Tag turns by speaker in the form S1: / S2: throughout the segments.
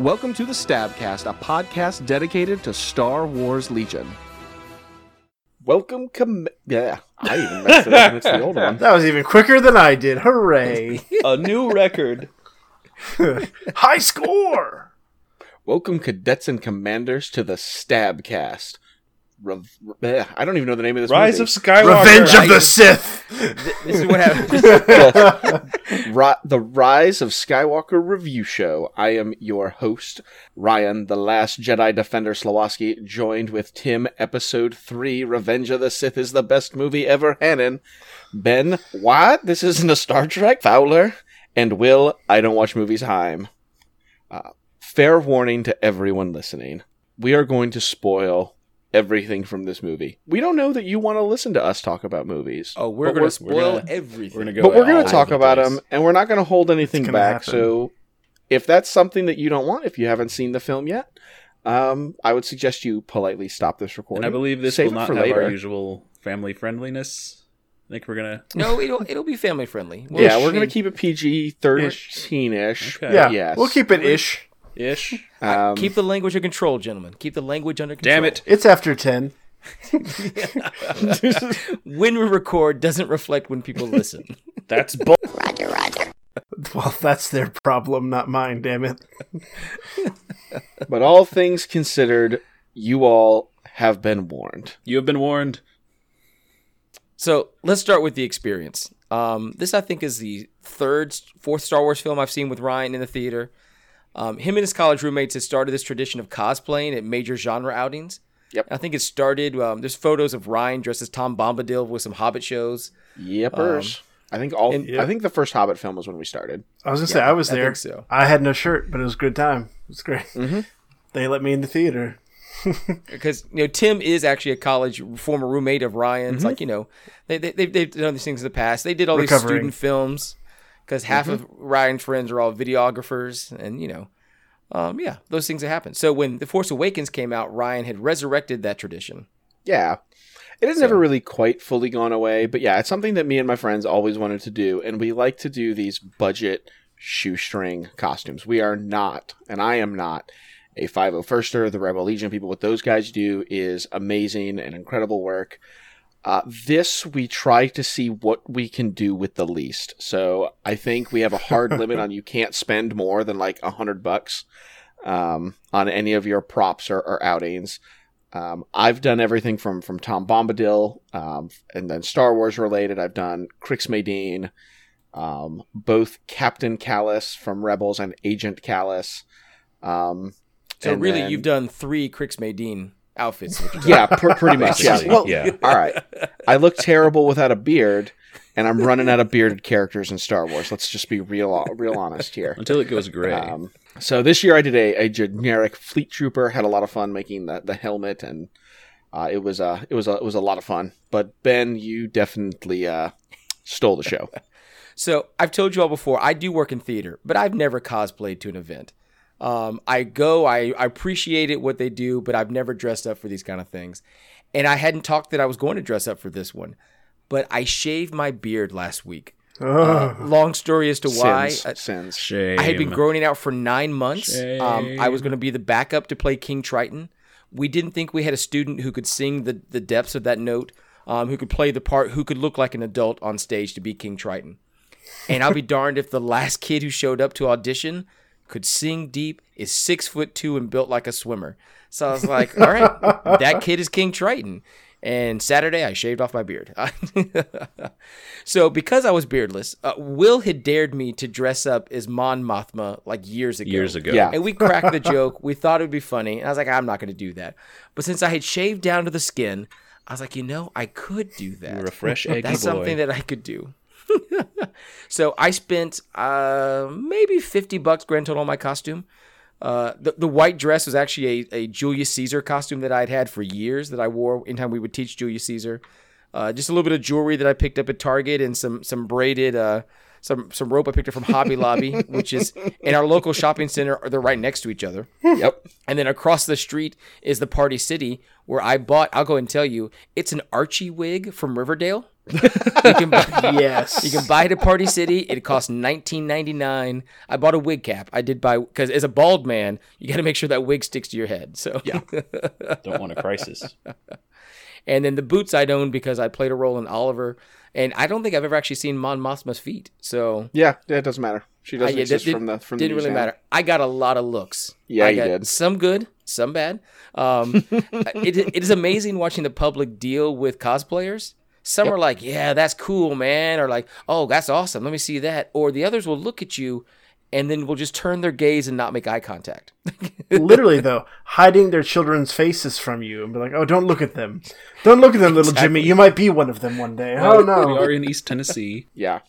S1: Welcome to the Stabcast, a podcast dedicated to Star Wars Legion. Welcome, com- yeah, I even messed it up. It's the old one.
S2: That was even quicker than I did. Hooray!
S3: A new record.
S2: High score.
S1: Welcome, cadets and commanders, to the Stabcast. Rev- eh, I don't even know the name of this.
S3: Rise of
S1: movie.
S4: Oh,
S3: Skywalker.
S2: Revenge of the Sith.
S1: This is what happens. Ri- the Rise of Skywalker review show. I am your host, Ryan, the last Jedi Defender Slowoski, joined with Tim, episode 3, Revenge of the Sith is the best movie ever, Hannon, Ben, what? This isn't a Star Trek, Fowler, and Will, I don't watch movies, Heim. Uh, fair warning to everyone listening. We are going to spoil everything from this movie. We don't know that you want to listen to us talk about movies.
S4: Oh, we're
S1: But
S4: going to spoil
S3: gonna-
S4: everything.
S3: We're gonna go
S1: but we're
S3: all
S1: going
S3: over
S1: to talk
S3: the
S1: about um,
S3: place.
S1: them and we're not going to hold anything
S2: gonna
S1: back
S2: happen.
S1: so if that's something that you don't want if you haven't seen the film yet um, i would suggest you politely stop this recording
S3: And I believe this
S1: Save
S3: will
S1: it
S3: not
S1: for
S3: have
S1: later.
S3: our usual family friendliness. I think we're gonna.
S4: No, it'll it'll be family friendly.
S1: yeah we're going to keep it pg 13ish
S3: Okay.
S2: Yeah,
S1: yes.
S2: we'll keep it ish.
S3: Ish.
S1: um,
S4: keep the language under control, gentlemen. Keep the language under control.
S3: Damn it.
S2: It's after ten.
S4: When we record doesn't reflect when people listen.
S3: That's bull.
S2: Well, that's their problem, not mine. Damn it.
S1: but all things considered you all have been warned
S3: you have been warned.
S4: so let's start with the experience. Um, this I think is the third, fourth Star Wars film I've seen with Ryan in the theater. Um, him and his college roommates had started this tradition of cosplaying at major genre outings.
S1: Yep.
S4: I think it started. Um, there's photos of Ryan dressed as Tom Bombadil with some Hobbit shows.
S1: yepers Um, i think all
S4: and-
S1: i think the first hobbit film was when we started
S2: I was gonna say I was
S4: I
S2: there.
S4: think so.
S2: I had no shirt, but it was a good time. It was great. They let me in the theater.
S4: because you know Tim is actually a college former roommate of Ryan's.
S1: Mm-hmm.
S4: Like you know, they they they've, they've done these things in the past. They did all these
S2: Recovering.
S4: student films because half of
S1: Mm-hmm.
S4: Ryan's friends are all videographers, and you know, um, yeah, those things that happen. So when The Force Awakens came out, Ryan had resurrected that tradition.
S1: Yeah. It has never really quite fully gone away, but yeah, it's something that me and my friends always wanted to do, and we like to do these budget shoestring costumes. We are not, and I am not, a 501ster. The Rebel Legion people, what those guys do is amazing and incredible work. Uh, this, we try to see what we can do with the least. So I think we have a hard limit on you can't spend more than like a hundred bucks um, on any of your props or, or outings. Um, I've done everything from from Tom Bombadil, um, and then Star Wars related. I've done Crix Maydean, um, both Captain Callus from Rebels and Agent Callus. Um,
S4: So
S1: and
S4: really,
S1: then-
S4: you've done three Crix Maydean outfits. which is-
S1: yeah, pr- pretty much. Yeah.
S3: Basically,
S1: Well,
S3: yeah.
S1: all right. I look terrible without a beard, and I'm running out of bearded characters in Star Wars. Let's just be real, real honest here.
S3: Until it goes gray.
S1: Um, so this year I did a, a generic fleet trooper. Had a lot of fun making the, the helmet, and uh, it was uh, it was a, it was a lot of fun. But Ben, you definitely uh, stole the show.
S4: So I've told you all before, I do work in theater, but I've never cosplayed to an event. Um, I go, I, I appreciate it what they do, but I've never dressed up for these kind of things. And I hadn't talked that I was going to dress up for this one, but I shaved my beard last week.
S2: Oh,
S4: Long story as to why. Uh,
S1: Sins,
S4: I-
S1: sins.
S3: Shame.
S4: I had been growing it out for nine months. Um, I was going to be the backup to play King Triton. We didn't think we had a student who could sing the, the depths of that note, um, who could play the part, who could look like an adult on stage to be King Triton. And I'll be darned if the last kid who showed up to audition could sing deep, is six foot two, and built like a swimmer. So I was like, all right, that kid is King Triton. And Saturday, I shaved off my beard. So because I was beardless, uh, Will had dared me to dress up as Mon Mothma like years ago.
S3: years ago.
S1: Yeah.
S4: And we cracked the joke. We thought it would be funny. And I was like, I'm not going to do that. But since I had shaved down to the skin, I was like, you know, I could do that.
S3: You're a fresh egg
S4: That's
S3: boy.
S4: something that I could do. so I spent uh, maybe 50 bucks grand total on my costume. Uh, the, the white dress was actually a, a Julius Caesar costume that I'd had for years that I wore anytime we would teach Julius Caesar. Uh, just a little bit of jewelry that I picked up at Target and some some braided uh, some some rope I picked up from Hobby Lobby, which is in our local shopping center. They're right next to each other.
S1: Yep.
S4: And then across the street is the Party City, where I bought, I'll go and tell you, it's an Archie wig from Riverdale. You can buy,
S2: Yes.
S4: you can buy it at Party City. It costs nineteen ninety nine. I bought a wig cap. I did buy because as a bald man, you got to make sure that wig sticks to your head. So yeah.
S3: Don't want a crisis.
S4: and then the boots I'd own because I played a role in Oliver. And I don't think I've ever actually seen Mon Mothma's feet. So
S1: Yeah, yeah, it doesn't matter. She
S4: I-
S1: doesn't
S4: Uh, yeah,
S1: exist
S4: did-
S1: from the from the
S4: didn't really
S1: newsstand.
S4: matter. I got a lot of looks.
S1: Yeah,
S4: I
S1: you
S4: got
S1: did.
S4: Some good, some bad. Um, it, it is amazing watching the public deal with cosplayers. Some are like, "Yeah, that's cool, man," or like, "Oh, that's awesome. Let me see that." Or the others will look at you, and then will just turn their gaze and not make eye contact.
S2: Literally, though, hiding their children's faces from you and be like, "Oh, don't look at them, don't look at them, little Jimmy. You might be one of them one day." oh
S3: We
S2: no,
S3: are in East Tennessee.
S1: Yeah,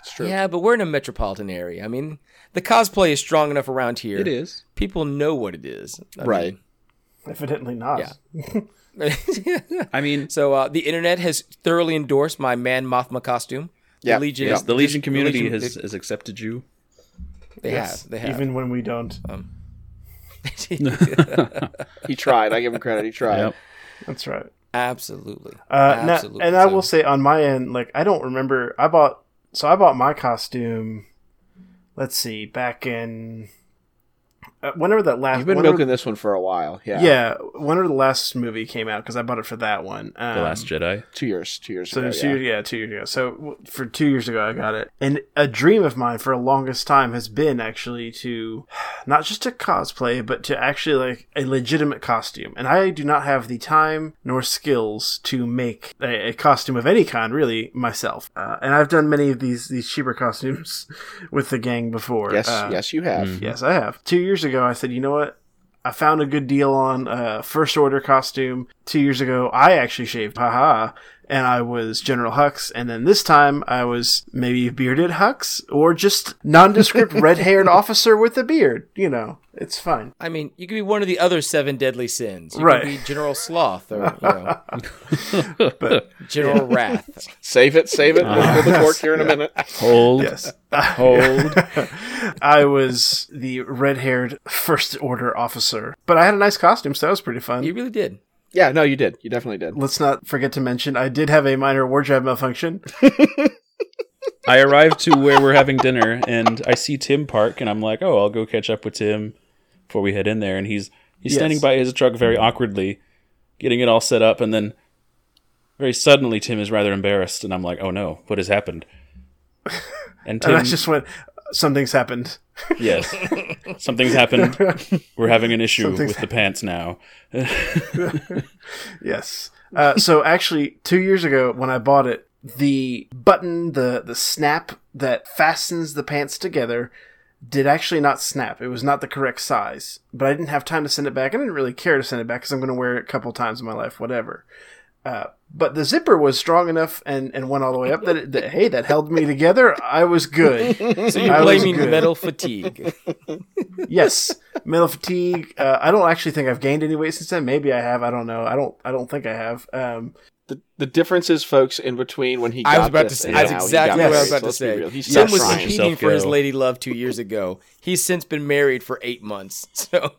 S1: it's true.
S4: Yeah, but we're in a metropolitan area. I mean, the cosplay is strong enough around here.
S3: It is.
S4: People know what it is. I
S1: Right.
S2: evidently not.
S4: mean-
S3: I mean,
S4: So uh, the internet has thoroughly endorsed my man Mothma costume.
S1: Yeah,
S4: the Legion.
S1: yeah.
S3: the Legion community
S4: Legion-
S3: has, has accepted you.
S4: They
S2: Yes,
S4: have. They have.
S2: even when we don't.
S1: He tried. I give him credit. He tried.
S3: Yep.
S2: That's right.
S4: Absolutely.
S2: Uh, now-
S4: Absolutely.
S2: and I
S4: So-
S2: will say on my end, like I don't remember. I bought so I bought my costume. Let's see, back in uh, whenever that last
S1: You've been
S2: whenever-
S1: milking this one for a while. Yeah.
S2: Yeah, whenever the last movie came out, because I bought it for that one. Um,
S3: The Last Jedi.
S1: Two years. Two years.
S2: So
S1: ago,
S2: two,
S1: yeah.
S2: yeah. two years ago. So w- for two years ago, I got it, and a dream of mine for a longest time has been actually to not just to cosplay, but to actually like a legitimate costume. And I do not have the time nor skills to make a, a costume of any kind, really, myself. Uh, and I've done many of these these cheaper costumes with the gang before.
S1: Yes.
S2: Uh,
S1: yes, you have.
S4: mm.
S2: Yes, I have. Two years ago, I said, you know what? I found a good deal on a first order costume. Two years ago, I actually shaved, haha, and I was General Hux. And then this time, I was maybe bearded Hux or just nondescript red haired officer with a beard. You know, it's fine.
S4: I mean, you could be one of the other seven deadly sins. You
S2: Right.
S4: could be General Sloth or you know, General Wrath.
S1: Save it. Save it. We'll pull the cork here in a minute.
S3: Hold.
S2: Yes.
S3: Hold.
S2: I was the red haired first order officer. But I had a nice costume, so that was pretty fun.
S4: You really did.
S1: Yeah. No, you did. You definitely did.
S2: Let's not forget to mention I did have a minor wardrobe malfunction.
S3: I arrived to where we're having dinner and I see Tim Park and I'm like, oh, I'll go catch up with Tim before we head in there. And he's he's
S2: Yes.
S3: standing by his truck very awkwardly, getting it all set up, and then very suddenly Tim is rather embarrassed and I'm like, oh no, what has happened? And Tim,
S2: And I just went, something's happened.
S3: yes, something's happened. We're having an issue
S2: Something's
S3: with the pants now.
S2: Yes. Uh, so actually, two years ago when I bought it, the button, the the snap that fastens the pants together, did actually not snap. It was not the correct size, but I didn't have time to send it back. I didn't really care to send it back because I'm going to wear it a couple times in my life, whatever. Uh, but the zipper was strong enough and, and went all the way up that, it, that hey that held me together. I was good.
S4: So you're
S2: I was
S4: blaming
S2: good.
S4: metal fatigue.
S2: yes, mental fatigue. Uh, I don't actually think I've gained any weight since then. Maybe I have. I don't know. I don't. I don't think I have. Um,
S1: The, the differences, folks, in between when he got
S4: I was about to
S1: this
S4: say.
S1: and
S4: That's
S1: now he got
S4: exactly what I was
S1: this.
S4: about to
S1: Let's be real.
S4: say.
S1: He's
S4: Tim
S1: still
S4: was
S1: trying.
S4: competing for his
S3: go.
S4: lady love two years ago. He's since been married for eight months. So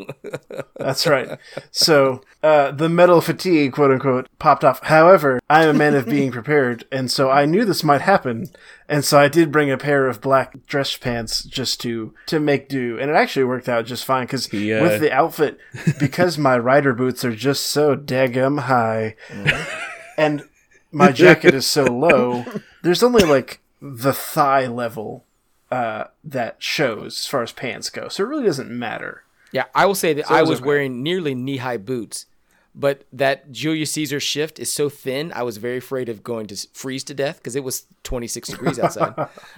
S2: That's right. So uh, the metal fatigue, quote unquote, popped off. However, I am a man of being prepared, and so I knew this might happen, and so I did bring a pair of black dress pants just to to make do, and it actually worked out just fine because
S3: Yeah.
S2: with the outfit, because my rider boots are just so daggum high, and my jacket is so low, there's only like the thigh level uh, that shows as far as pants go, so it really doesn't matter.
S4: Yeah, I will say that I
S2: it was
S4: was
S2: okay.
S4: wearing nearly knee high boots, but that Julius Caesar shift is so thin, I was very afraid of going to s- freeze to death because it was 26 degrees outside.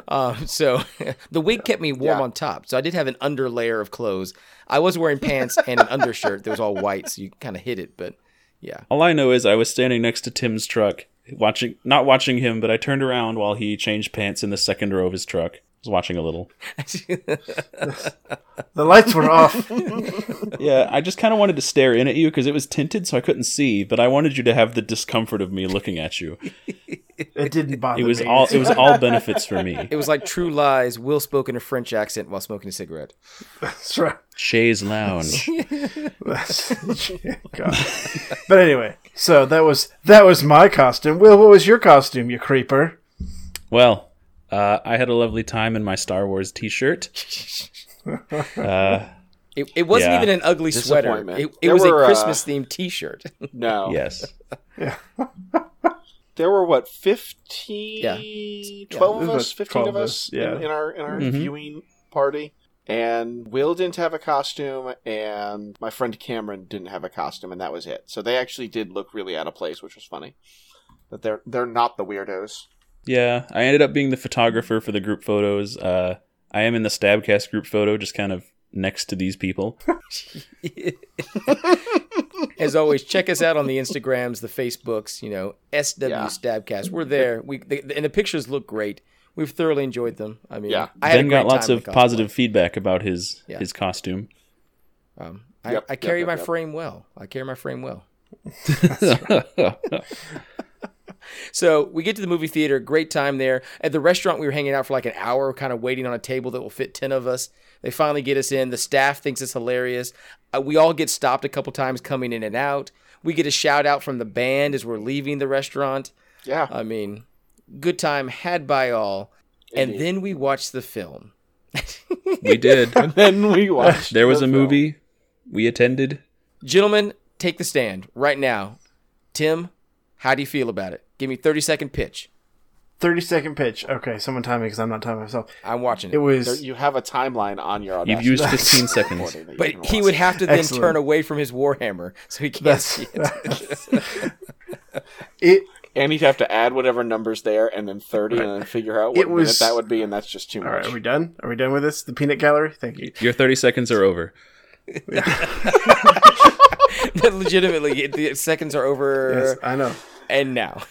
S4: um, so the wig kept me warm on top. So I did have an under layer of clothes. I was wearing pants and an undershirt that was all white, so you kind of hid it, but yeah.
S3: All I know is I was standing next to Tim's truck, watching not watching him, but I turned around while he changed pants in the second row of his truck. I was watching a little.
S2: The lights were off.
S3: Yeah, I just kind of wanted to stare in at you because it was tinted, so I couldn't see. But I wanted you to have the discomfort of me looking at you.
S2: It didn't bother
S3: It was
S2: me.
S3: all it was all benefits for me.
S4: It was like True Lies, Will spoke in a French accent while smoking a cigarette.
S2: That's right.
S3: Shays Lounge.
S2: That's- God. But anyway, So that was that was my costume. Will, what was your costume, you creeper?
S3: Well, uh, I had a lovely time in my Star Wars T-shirt. Uh,
S4: It, it wasn't
S3: Yeah.
S4: even an ugly sweater.
S1: Disappointment.
S4: It, it
S1: There
S4: was
S1: were,
S4: a
S1: uh,
S4: Christmas themed t shirt.
S1: No.
S4: Oh.
S3: yes,
S1: There were what 15
S4: Yeah.
S1: 12
S2: Yeah,
S1: of
S2: it was
S1: us,
S2: about
S1: 15
S2: 12
S1: of us
S2: yeah.
S1: in, in our in our
S4: Mm-hmm.
S3: Mhm.
S1: viewing party. And Will didn't have a costume and my friend Cameron didn't have a costume and that was it. So they actually did look really out of place, which was funny. That they're they're not the weirdos.
S3: yeah. I ended up being the photographer for the group photos. Uh, I am in the Stabcast group photo, just kind of next to these people.
S4: As always, check us out on the Instagrams, the Facebooks, you know, SW
S1: Yeah.
S4: Stabcast. We're there. We the, the- and the pictures look great. We've thoroughly enjoyed them. I mean,
S1: Yeah.
S4: I had a
S3: ben
S4: great
S3: got lots
S4: time
S3: of
S4: with
S3: positive feedback about his
S4: Yeah.
S3: his costume.
S4: Cosplay. Um, I,
S1: Yep,
S4: I
S1: yep,
S4: carry
S1: yep,
S4: my
S1: yep.
S4: frame well. I carry my frame well. So we get to the movie theater, great time there. At the restaurant, we were hanging out for like an hour, kind of waiting on a table that will fit 10 of us. They finally get us in. The staff thinks it's hilarious. Uh, we all get stopped a couple times coming in and out. We get a shout out from the band as we're leaving the restaurant.
S1: Yeah.
S4: I mean, good time had by all. And
S1: Indeed.
S4: then we watched the film.
S3: we did.
S1: and then we watched
S3: There was
S1: the
S3: a
S1: film.
S3: movie we attended.
S4: Gentlemen, take the stand right now. Tim, how do you feel about it? Give me 30 second pitch.
S2: Thirty second pitch. Okay, someone time me because I'm not timing myself.
S4: I'm watching it.
S2: It
S1: There,
S2: was
S1: you have a timeline on your Audacity.
S3: You've used 15 seconds.
S1: recording that you can
S4: But he
S1: watch.
S4: would have to then
S2: Excellent.
S4: turn away from his warhammer, so he can't see it.
S2: it.
S1: and he'd have to add whatever numbers there and then 30 and then figure out what
S2: It
S1: minute
S2: was-
S1: that would be and that's just too much.
S2: All right, are we done? Are we done with this? The peanut gallery. Thank you.
S3: Your 30 seconds are over.
S4: Legitimately, it- the seconds are
S2: Yes,
S4: over,
S2: I know.
S4: and now.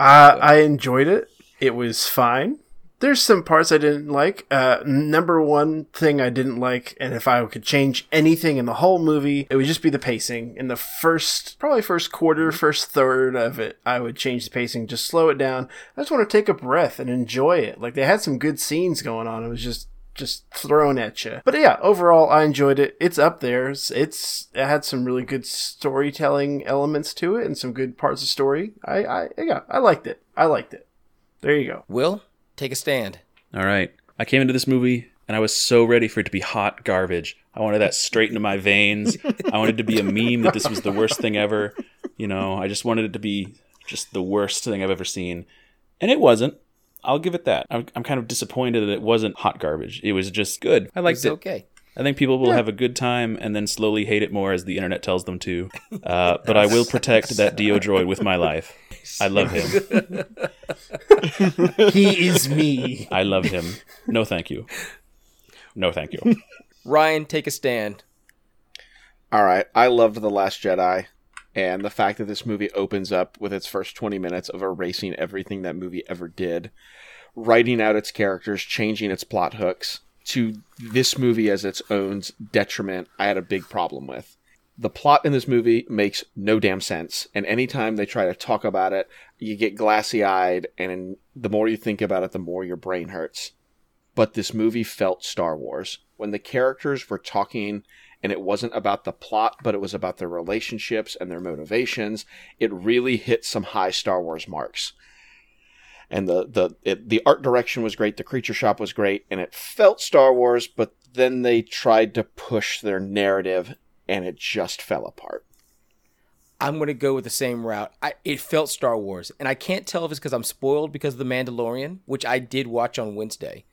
S2: Uh, I enjoyed it. It was fine. There's some parts I didn't like. Uh, number one thing I didn't like, and if I could change anything in the whole movie, it would just be the pacing. In the first, probably first quarter, first third of it, I would change the pacing, just slow it down. I just want to take a breath and enjoy it. Like they had some good scenes going on. It was just just thrown at you. But yeah, overall, I enjoyed it. It's up there. It's, it's it had some really good storytelling elements to it and some good parts of story. I, I yeah, I liked it. I liked it. There you go.
S4: Will, take a stand.
S3: All right. I came into this movie and I was so ready for it to be hot garbage. I wanted that straight into my veins. I wanted to be a meme that this was the worst thing ever. You know, I just wanted it to be just the worst thing I've ever seen. And it wasn't. I'll give it that. I'm, I'm kind of disappointed that it wasn't hot garbage. It was just good. I liked
S4: It's
S3: it.
S4: okay.
S3: I think people will have a good time and then slowly hate it more as the internet tells them to. Uh, but I will protect that Dio droid with my life. I love him.
S2: He is me.
S3: I love him. No, thank you. No, thank you.
S4: Ryan, take a stand.
S1: All right, I loved The Last Jedi and the fact that this movie opens up with its first 20 minutes of erasing everything that movie ever did, writing out its characters, changing its plot hooks to this movie as its own detriment. I had a big problem with. The plot in this movie makes no damn sense, and anytime they try to talk about it, you get glassy eyed, and the more you think about it, the more your brain hurts. But this movie felt Star Wars. When the characters were talking and it wasn't about the plot, but it was about their relationships and their motivations. It really hit some high Star Wars marks. And the the it, the art direction was great, the creature shop was great, and it felt Star Wars, but then they tried to push their narrative and it just fell apart.
S4: I'm going to go with the same route. I, it felt Star Wars, and I can't tell if it's because I'm spoiled because of The Mandalorian, which I did watch on Wednesday.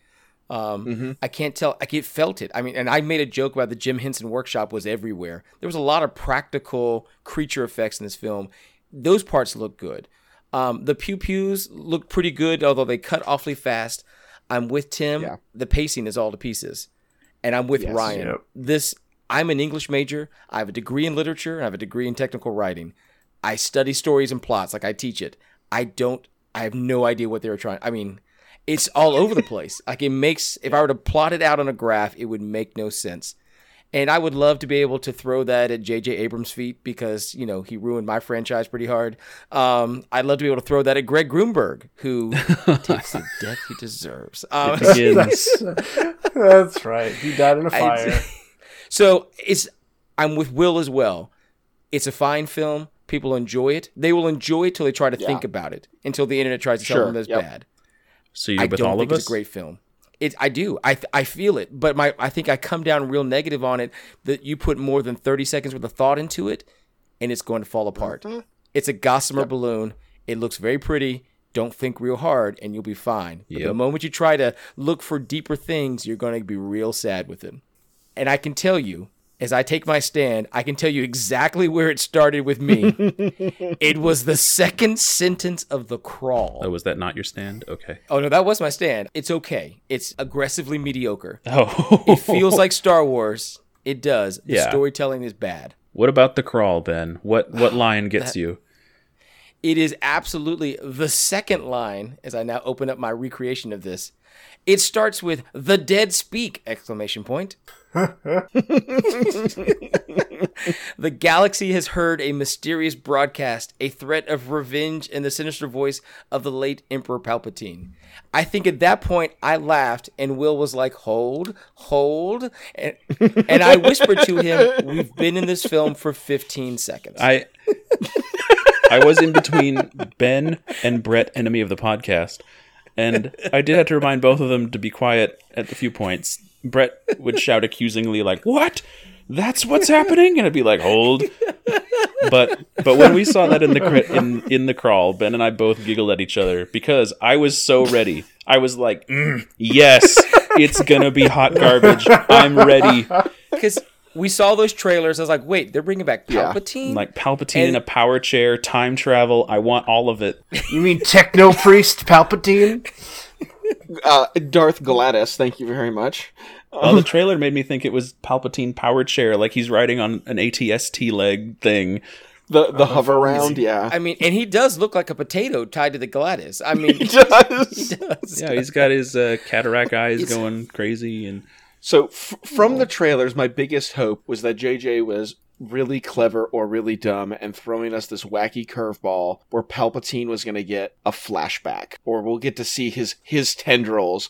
S4: Um,
S1: Mm-hmm.
S4: I can't tell. I it felt it. I mean, and I made a joke about the Jim Henson workshop was everywhere. There was a lot of practical creature effects in this film. Those parts look good. Um, the pew pews look pretty good, although they cut awfully fast. I'm with Tim.
S1: Yeah.
S4: The pacing is all to pieces, and I'm with
S1: Yes.
S4: Ryan.
S2: Yep.
S4: This I'm an English major. I have a degree in literature and I have a degree in technical writing. I study stories and plots like I teach it. I don't. I have no idea what they were trying. I mean, it's all over the place. Like it makes. If I were to plot it out on a graph, it would make no sense. And I would love to be able to throw that at J.J. Abrams' feet because you know he ruined my franchise pretty hard. Um, I'd love to be able to throw that at Greg Grunberg, who takes the death he deserves. Um,
S3: Begins.
S2: That's, that's right. He died in a
S4: I-
S2: fire.
S4: So it's I'm with Will as well. It's a fine film. people enjoy it, they will enjoy it till they try to think about it, until the internet tries to tell
S1: Sure,
S4: them that's
S1: yep.
S4: bad.
S3: So you're
S4: I
S3: with
S4: don't
S3: all
S4: think
S3: of us.
S4: it's a great film. It, I do. I, th- I feel it, but my I think I come down real negative on it. That you put more than thirty seconds worth of thought into it, and it's going to fall apart. It's a gossamer balloon. It looks very pretty. Don't think real hard, and you'll be fine. But the
S3: Yep.
S4: moment you try to look for deeper things, you're going to be real sad with it. And I can tell you, as I take my stand, I can tell you exactly where it started with me. it was the second sentence of the crawl.
S3: Oh, was that not your stand? Okay.
S4: Oh no, that was my stand. It's okay. It's aggressively mediocre.
S3: Oh,
S4: It feels like Star Wars. It does. The
S3: Yeah.
S4: storytelling is bad.
S3: What about the crawl then? What what line gets you?
S4: It is absolutely the second line as I now open up my recreation of this. It starts with the dead speak exclamation point. the galaxy has heard a mysterious broadcast, a threat of revenge in the sinister voice of the late Emperor Palpatine. I think at that point I laughed and Will was like, "Hold, hold." And, and I whispered to him, "We've been in this film for 15 seconds."
S3: I I was in between Ben and Brett, enemy of the podcast, and I did have to remind both of them to be quiet at a few points. Brett would shout accusingly, like, "What? That's what's happening?" And I'd be like, "Hold." But but when we saw that in the cri- in in the crawl, Ben and I both giggled at each other because I was so ready. I was like, "Mm, "Yes, it's gonna be hot garbage. I'm ready."
S4: because we saw those trailers. I was like, wait, they're bringing back
S1: Yeah.
S4: Palpatine.
S3: Like Palpatine
S4: And-
S3: in a power chair, time travel. I want all of it.
S2: You mean techno priest Palpatine?
S1: Uh, Darth Gladys, thank you very much.
S3: Oh, the trailer made me think it was Palpatine power chair, like he's riding on an ATST leg thing.
S1: The the hover round, yeah.
S4: I mean, and he does look like a potato tied to the Gladys. I mean,
S1: does.
S3: Yeah, he's got his uh, cataract eyes going crazy, and
S1: So f- from the trailers, my biggest hope was that JJ was really clever or really dumb and throwing us this wacky curveball where Palpatine was going to get a flashback or we'll get to see his his tendrils.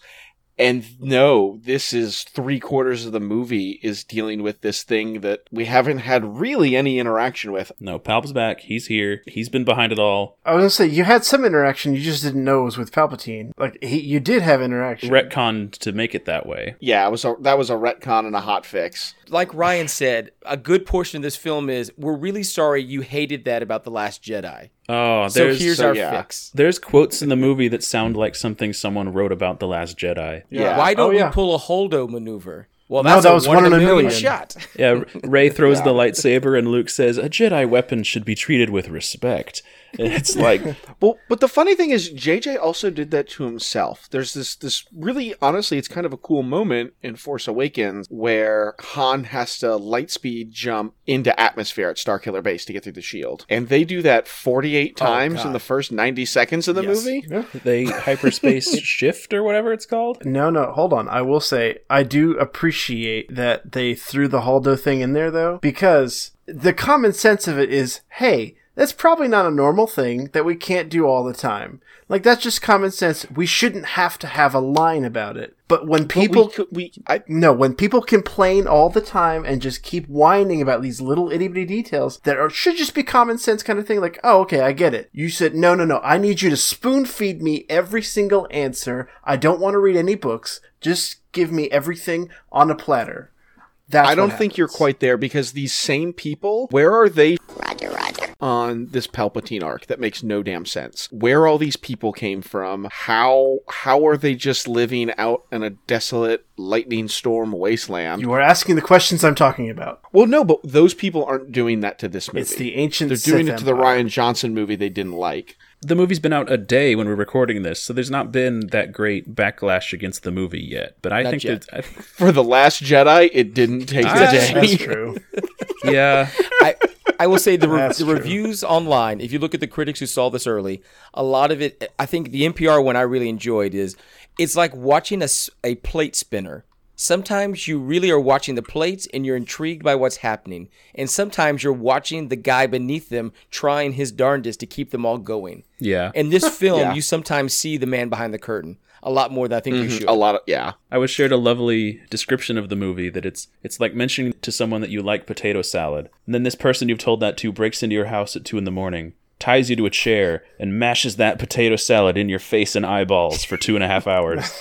S1: And no, this is three quarters of the movie is dealing with this thing that we haven't had really any interaction with.
S3: no, Palp's back. He's here. He's been behind it all.
S2: I was gonna say you had some interaction, you just didn't know it was with Palpatine. Like he, you did have interaction.
S3: Retconned to make it that way.
S1: Yeah, it was a, that was a retcon and a hot fix.
S4: like Ryan said, a good portion of this film is we're really sorry you hated that about The Last Jedi.
S3: Oh,
S4: So
S3: there's
S4: here's
S1: so
S4: our
S1: yeah.
S4: fix.
S3: there's quotes in the movie that sound like something someone wrote about the Last Jedi.
S1: Yeah.
S4: Why don't
S2: Oh, yeah.
S4: we pull a holdo maneuver? Well,
S2: No,
S4: that's
S2: that
S4: a
S2: was
S4: one, in a million,
S2: million.
S4: shot.
S3: Yeah, Ray throws the lightsaber, and Luke says a Jedi weapon should be treated with respect. And it's like,
S1: Well, but the funny thing is, JJ also did that to himself. There's this, this really, honestly, it's kind of a cool moment in Force Awakens where Han has to lightspeed jump into atmosphere at Starkiller Base to get through the shield, and they do that 48 times in
S4: God.
S1: the first 90 seconds of the movie.
S3: they hyperspace shift or whatever it's called.
S2: No, no, hold on. I will say I do appreciate that they threw the Haldo thing in there though, because the common sense of it is, hey, that's probably not a normal thing that we can't do all the time. Like that's just common sense. We shouldn't have to have a line about it. But when people
S1: we, could, we, I,
S2: no, when people complain all the time and just keep whining about these little itty bitty details that are should just be common sense kind of thing, like, oh, okay, I get it. You said, no, no, no, I need you to spoon feed me every single answer. I don't want to read any books. Just give me everything on a platter. That's
S1: I
S2: what
S1: don't think you're
S2: happens.
S1: quite there because these same people, where are they
S5: Roger, roger.
S1: on this Palpatine arc that makes no damn sense. Where all these people came from, how how are they just living out in a desolate lightning storm wasteland?
S2: You are asking the questions I'm talking about.
S1: well, no, but those people aren't doing that to this movie.
S2: It's the ancient.
S1: They're doing
S2: Sith
S1: it to the
S2: Empire.
S1: Ryan Johnson movie they didn't like.
S3: the movie's been out a day when we're recording this, so there's not been that great backlash against the movie yet. But I
S4: Not
S3: think
S4: yet.
S3: that, I,
S1: For the Last Jedi, it didn't take the
S3: Ah.
S1: day.
S2: That's true.
S3: yeah,
S4: I, I will say the, re-
S2: That's
S4: the
S2: true.
S4: reviews online, if you look at the critics who saw this early, a lot of it, I think the NPR one I really enjoyed is it's like watching a, s- a plate spinner. Sometimes you really are watching the plates and you're intrigued by what's happening. And sometimes you're watching the guy beneath them trying his darndest to keep them all going.
S3: Yeah.
S4: In this film,
S1: Yeah.
S4: you sometimes see the man behind the curtain a lot more than I think you should.
S1: A lot of yeah.
S3: I was shared a lovely description of the movie that it's it's like mentioning to someone that you like potato salad, and then this person you've told that to breaks into your house at two in the morning, ties you to a chair, and mashes that potato salad in your face and eyeballs for two and a half hours.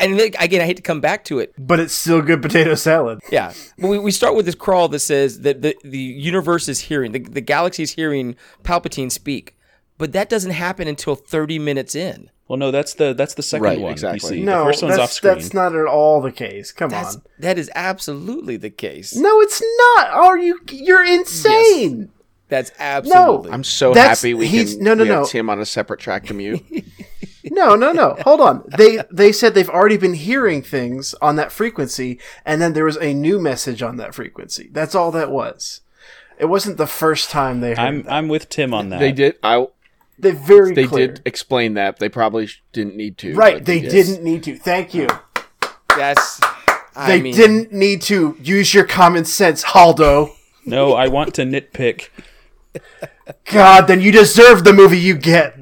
S4: And then, again, I hate to come back to it.
S2: But it's still good potato salad.
S4: Yeah. But we, we start with this crawl that says that the, the universe is hearing, the, the galaxy is hearing Palpatine speak. But that doesn't happen until 30 minutes in.
S3: Well, no, that's the that's the second
S1: Right,
S3: one.
S1: exactly.
S3: You see, the
S2: No,
S3: first one's
S2: that's,
S3: off screen.
S2: that's not at all the case. Come
S4: That's,
S2: on.
S4: that is absolutely the case.
S2: No, it's not. Are you? You're insane.
S4: That's absolutely.
S1: I'm so
S2: That's-
S1: happy we
S2: he's-
S1: can
S2: no, no,
S1: we have
S2: no.
S1: Tim on a separate track to mute.
S2: No, no, no. Hold on. They they said they've already been hearing things on that frequency, and then there was a new message on that frequency. That's all that was. It wasn't the first time they heard.
S3: I'm
S2: that.
S3: I'm with Tim on that.
S1: they did. I
S2: They very
S1: they
S2: clear.
S1: did explain that. They probably sh- didn't need to.
S2: Right,
S1: but
S2: they
S1: did.
S2: didn't need to. Thank you.
S4: That's. I
S2: They
S4: mean,
S2: didn't need to use your common sense, Haldo.
S3: No, I want to nitpick.
S2: God, then you deserve the movie you get.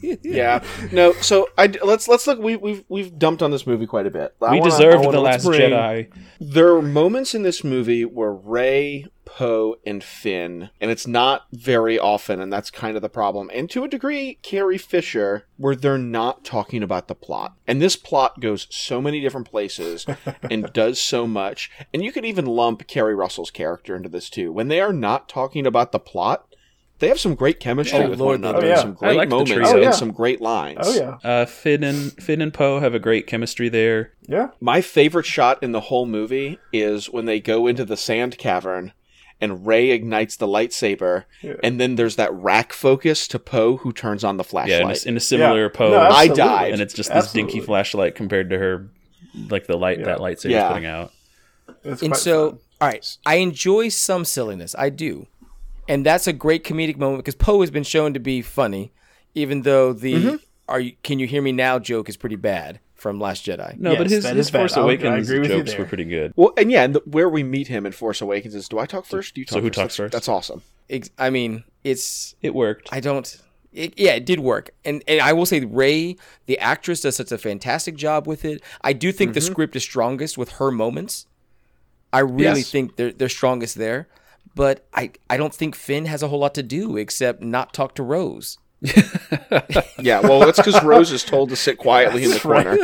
S1: Yeah. No. So I d- let's let's look. We we've we've dumped on this movie quite a bit. I
S3: We
S1: wanna- I
S3: deserved
S1: wanna-
S3: the
S1: let's
S3: Last
S1: bring-
S3: Jedi.
S1: There are moments in this movie where Ray, Poe, and Finn, and it's not very often, and that's kind of the problem, and to a degree, Carrie Fisher, where they're not talking about the plot. And this plot goes so many different places and does so much. And you could even lump Carrie Russell's character into this too. When they are not talking about the plot, they have some great chemistry
S4: Oh,
S1: with one
S4: Lord, they
S1: another,
S2: do.
S1: and
S2: Oh,
S1: some
S3: yeah. I
S1: great
S3: like the
S1: moments,
S3: trio.
S2: Oh, yeah.
S1: and some great lines.
S2: Oh yeah,
S3: Uh, Finn and Finn and Poe have a great chemistry there.
S2: yeah.
S1: My favorite shot in the whole movie is when they go into the sand cavern and Ray ignites the lightsaber,
S2: Yeah.
S1: and then there's that rack focus to Poe who turns on the
S3: Yeah, in a,
S1: flashlight.
S3: in a similar
S2: Yeah.
S3: Poe.
S2: No,
S1: I
S2: absolutely.
S1: died.
S3: and it's just this dinky
S2: Absolutely.
S3: flashlight compared to her like the light that lightsaber's
S1: Yeah.
S3: putting out
S2: It's
S4: and
S2: quite
S4: so,
S2: fun.
S4: all right, I enjoy some silliness. I do. And that's a great comedic moment because Poe has been shown to be funny, even though the
S2: Mm-hmm.
S4: "Are you, can you hear me now?" joke is pretty bad from Last Jedi.
S3: no but
S2: Yes,
S3: his,
S2: that
S3: his
S2: is bad.
S3: force
S2: I'll- I
S3: awakens
S2: agree with you
S3: jokes
S2: there.
S3: were pretty good
S1: Well, and yeah, and the, where we meet him in Force Awakens is, do I talk first? Do you talk
S3: So who
S1: first?
S3: talks
S1: that's,
S3: first?
S1: That's awesome.
S4: Ex- I mean, it's
S3: it worked
S4: I don't. It, yeah, it did work, and and I will say Ray, the actress, does such a fantastic job with it. I do think the script is strongest with her moments. I really
S1: Yes.
S4: think they're they're strongest there, but I I don't think Finn has a whole lot to do except not talk to Rose.
S1: Yeah, well, that's because Rose is told to sit quietly in the corner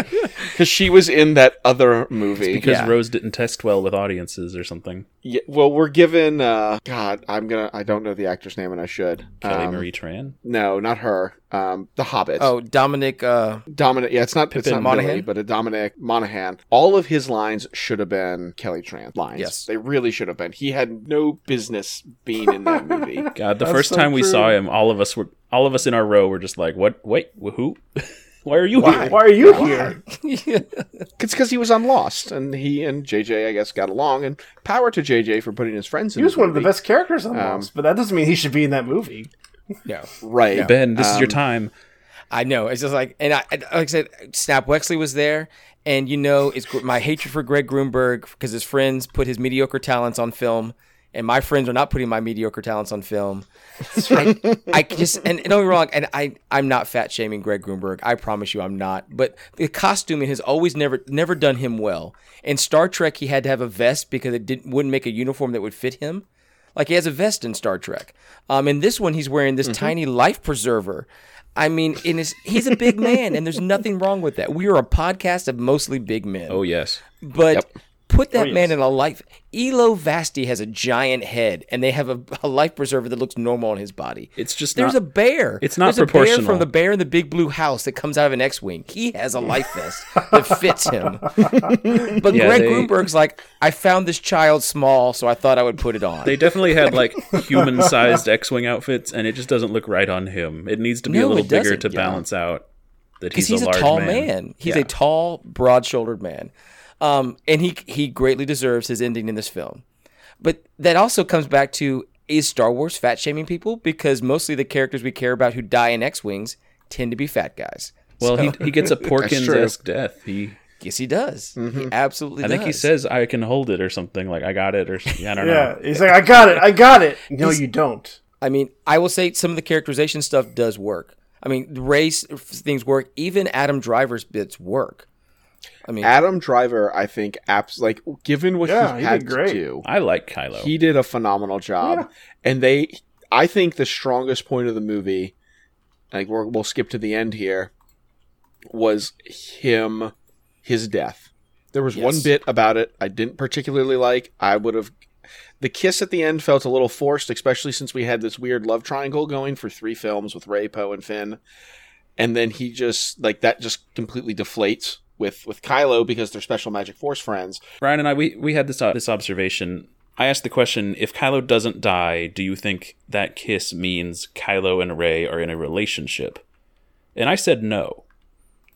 S1: because she was in that other movie.
S3: because
S4: Yeah.
S3: rose didn't test well with audiences or something
S1: Yeah, well, we're given uh, God. I'm gonna. I don't know the actor's name, and I should.
S3: kelly
S1: Um,
S3: marie tran
S1: No, not her. Um, the Hobbit.
S4: Oh, Dominic. Uh,
S1: Dominic. Yeah, it's not it's not
S4: Monahan?
S1: Billy, but a Dominic Monaghan. All of his lines should have been Kelly Tran lines.
S4: Yes.
S1: they really should have been. He had no business being in that movie.
S3: god the
S2: That's
S3: first
S2: so
S3: time we
S2: true.
S3: saw him all of us were all of us in our row were just like what wait wh- who why are you
S2: Why,
S3: here
S2: why are you here?
S1: it's because he was on Lost, and he and JJ, I guess, got along. And power to JJ for putting his friends in.
S2: He was
S1: the
S2: one of the
S1: movie.
S2: best characters on Lost, but that doesn't mean he should be in that movie.
S4: no,
S1: Right,
S3: ben this is your
S2: Um,
S3: time
S4: I know. It's just like, and I, I- like I said, Snap Wexley was there, and you know, it's gr- my hatred for Greg Grunberg because his friends put his mediocre talents on film, and my friends are not putting my mediocre talents on film. I, I just, and and don't be wrong, and I, I'm not fat shaming Greg Grunberg. I promise you, I'm not. But the costuming has always never, never done him well. In Star Trek, he had to have a vest because it didn't, wouldn't make a uniform that would fit him. Like he has a vest in Star Trek. Um, in this one, he's wearing this
S3: Mm-hmm.
S4: tiny life preserver. I mean, in his, he's a big man, and there's nothing wrong with that. We are a podcast of mostly big men.
S3: oh yes
S4: but put that
S2: yes.
S4: man in a life. Elo Vasti has a giant head, and they have a, a life preserver that looks normal on his body.
S3: it's just
S4: there's
S3: not-
S4: a bear.
S3: it's not
S4: There's a bear
S3: proportional.
S4: from the bear in the big blue house that comes out of an X-wing. He has a life vest that fits him. But
S3: Yeah,
S4: Greg
S3: they-
S4: Grunberg's like, I found this child small, so I thought I would put it on.
S3: they definitely had like human-sized X-wing outfits, and it just doesn't look right on him. It needs to be
S4: No,
S3: a little
S4: it
S3: bigger
S4: doesn't,
S3: to
S4: yeah.
S3: balance out that
S4: because
S3: he's,
S4: he's, a,
S3: a, large
S4: tall man.
S3: man.
S4: He's
S3: Yeah.
S4: a tall, broad-shouldered man, um, and he he greatly deserves his ending in this film. But that also comes back to is Star Wars fat shaming people because mostly the characters we care about who die in X wings tend to be fat guys.
S3: Well,
S4: So-
S3: he, he gets a Porkins esque death. He,
S4: yes, he does. He absolutely.
S3: Mm-hmm. I think he
S4: does.
S3: says, "I can hold it" or something like "I got it" or something. I don't
S2: Yeah,
S3: know.
S2: he's like, I got it, I got it. No, you don't.
S4: I mean, I will say some of the characterization stuff does work. I mean, the race things work. Even Adam Driver's bits work. I mean,
S1: Adam Driver, I think, apps like given what
S2: Yeah,
S1: he
S2: he
S1: had
S2: did
S1: to
S2: great.
S1: do,
S3: I like Kylo.
S1: he did a phenomenal job. And they, I think, the strongest point of the movie, like we're, we'll skip to the end here, was him, his death. There was one
S4: Yes.
S1: bit about it I didn't particularly like. I would have. The kiss at the end felt a little forced, especially since we had this weird love triangle going for three films with Ray, Poe, and Finn. And then he just like that just completely deflates with with Kylo because they're special magic force friends.
S3: Ryan and I we, we had this uh, this observation. I asked the question: If Kylo doesn't die, do you think that kiss means Kylo and Ray are in a relationship? And I said no.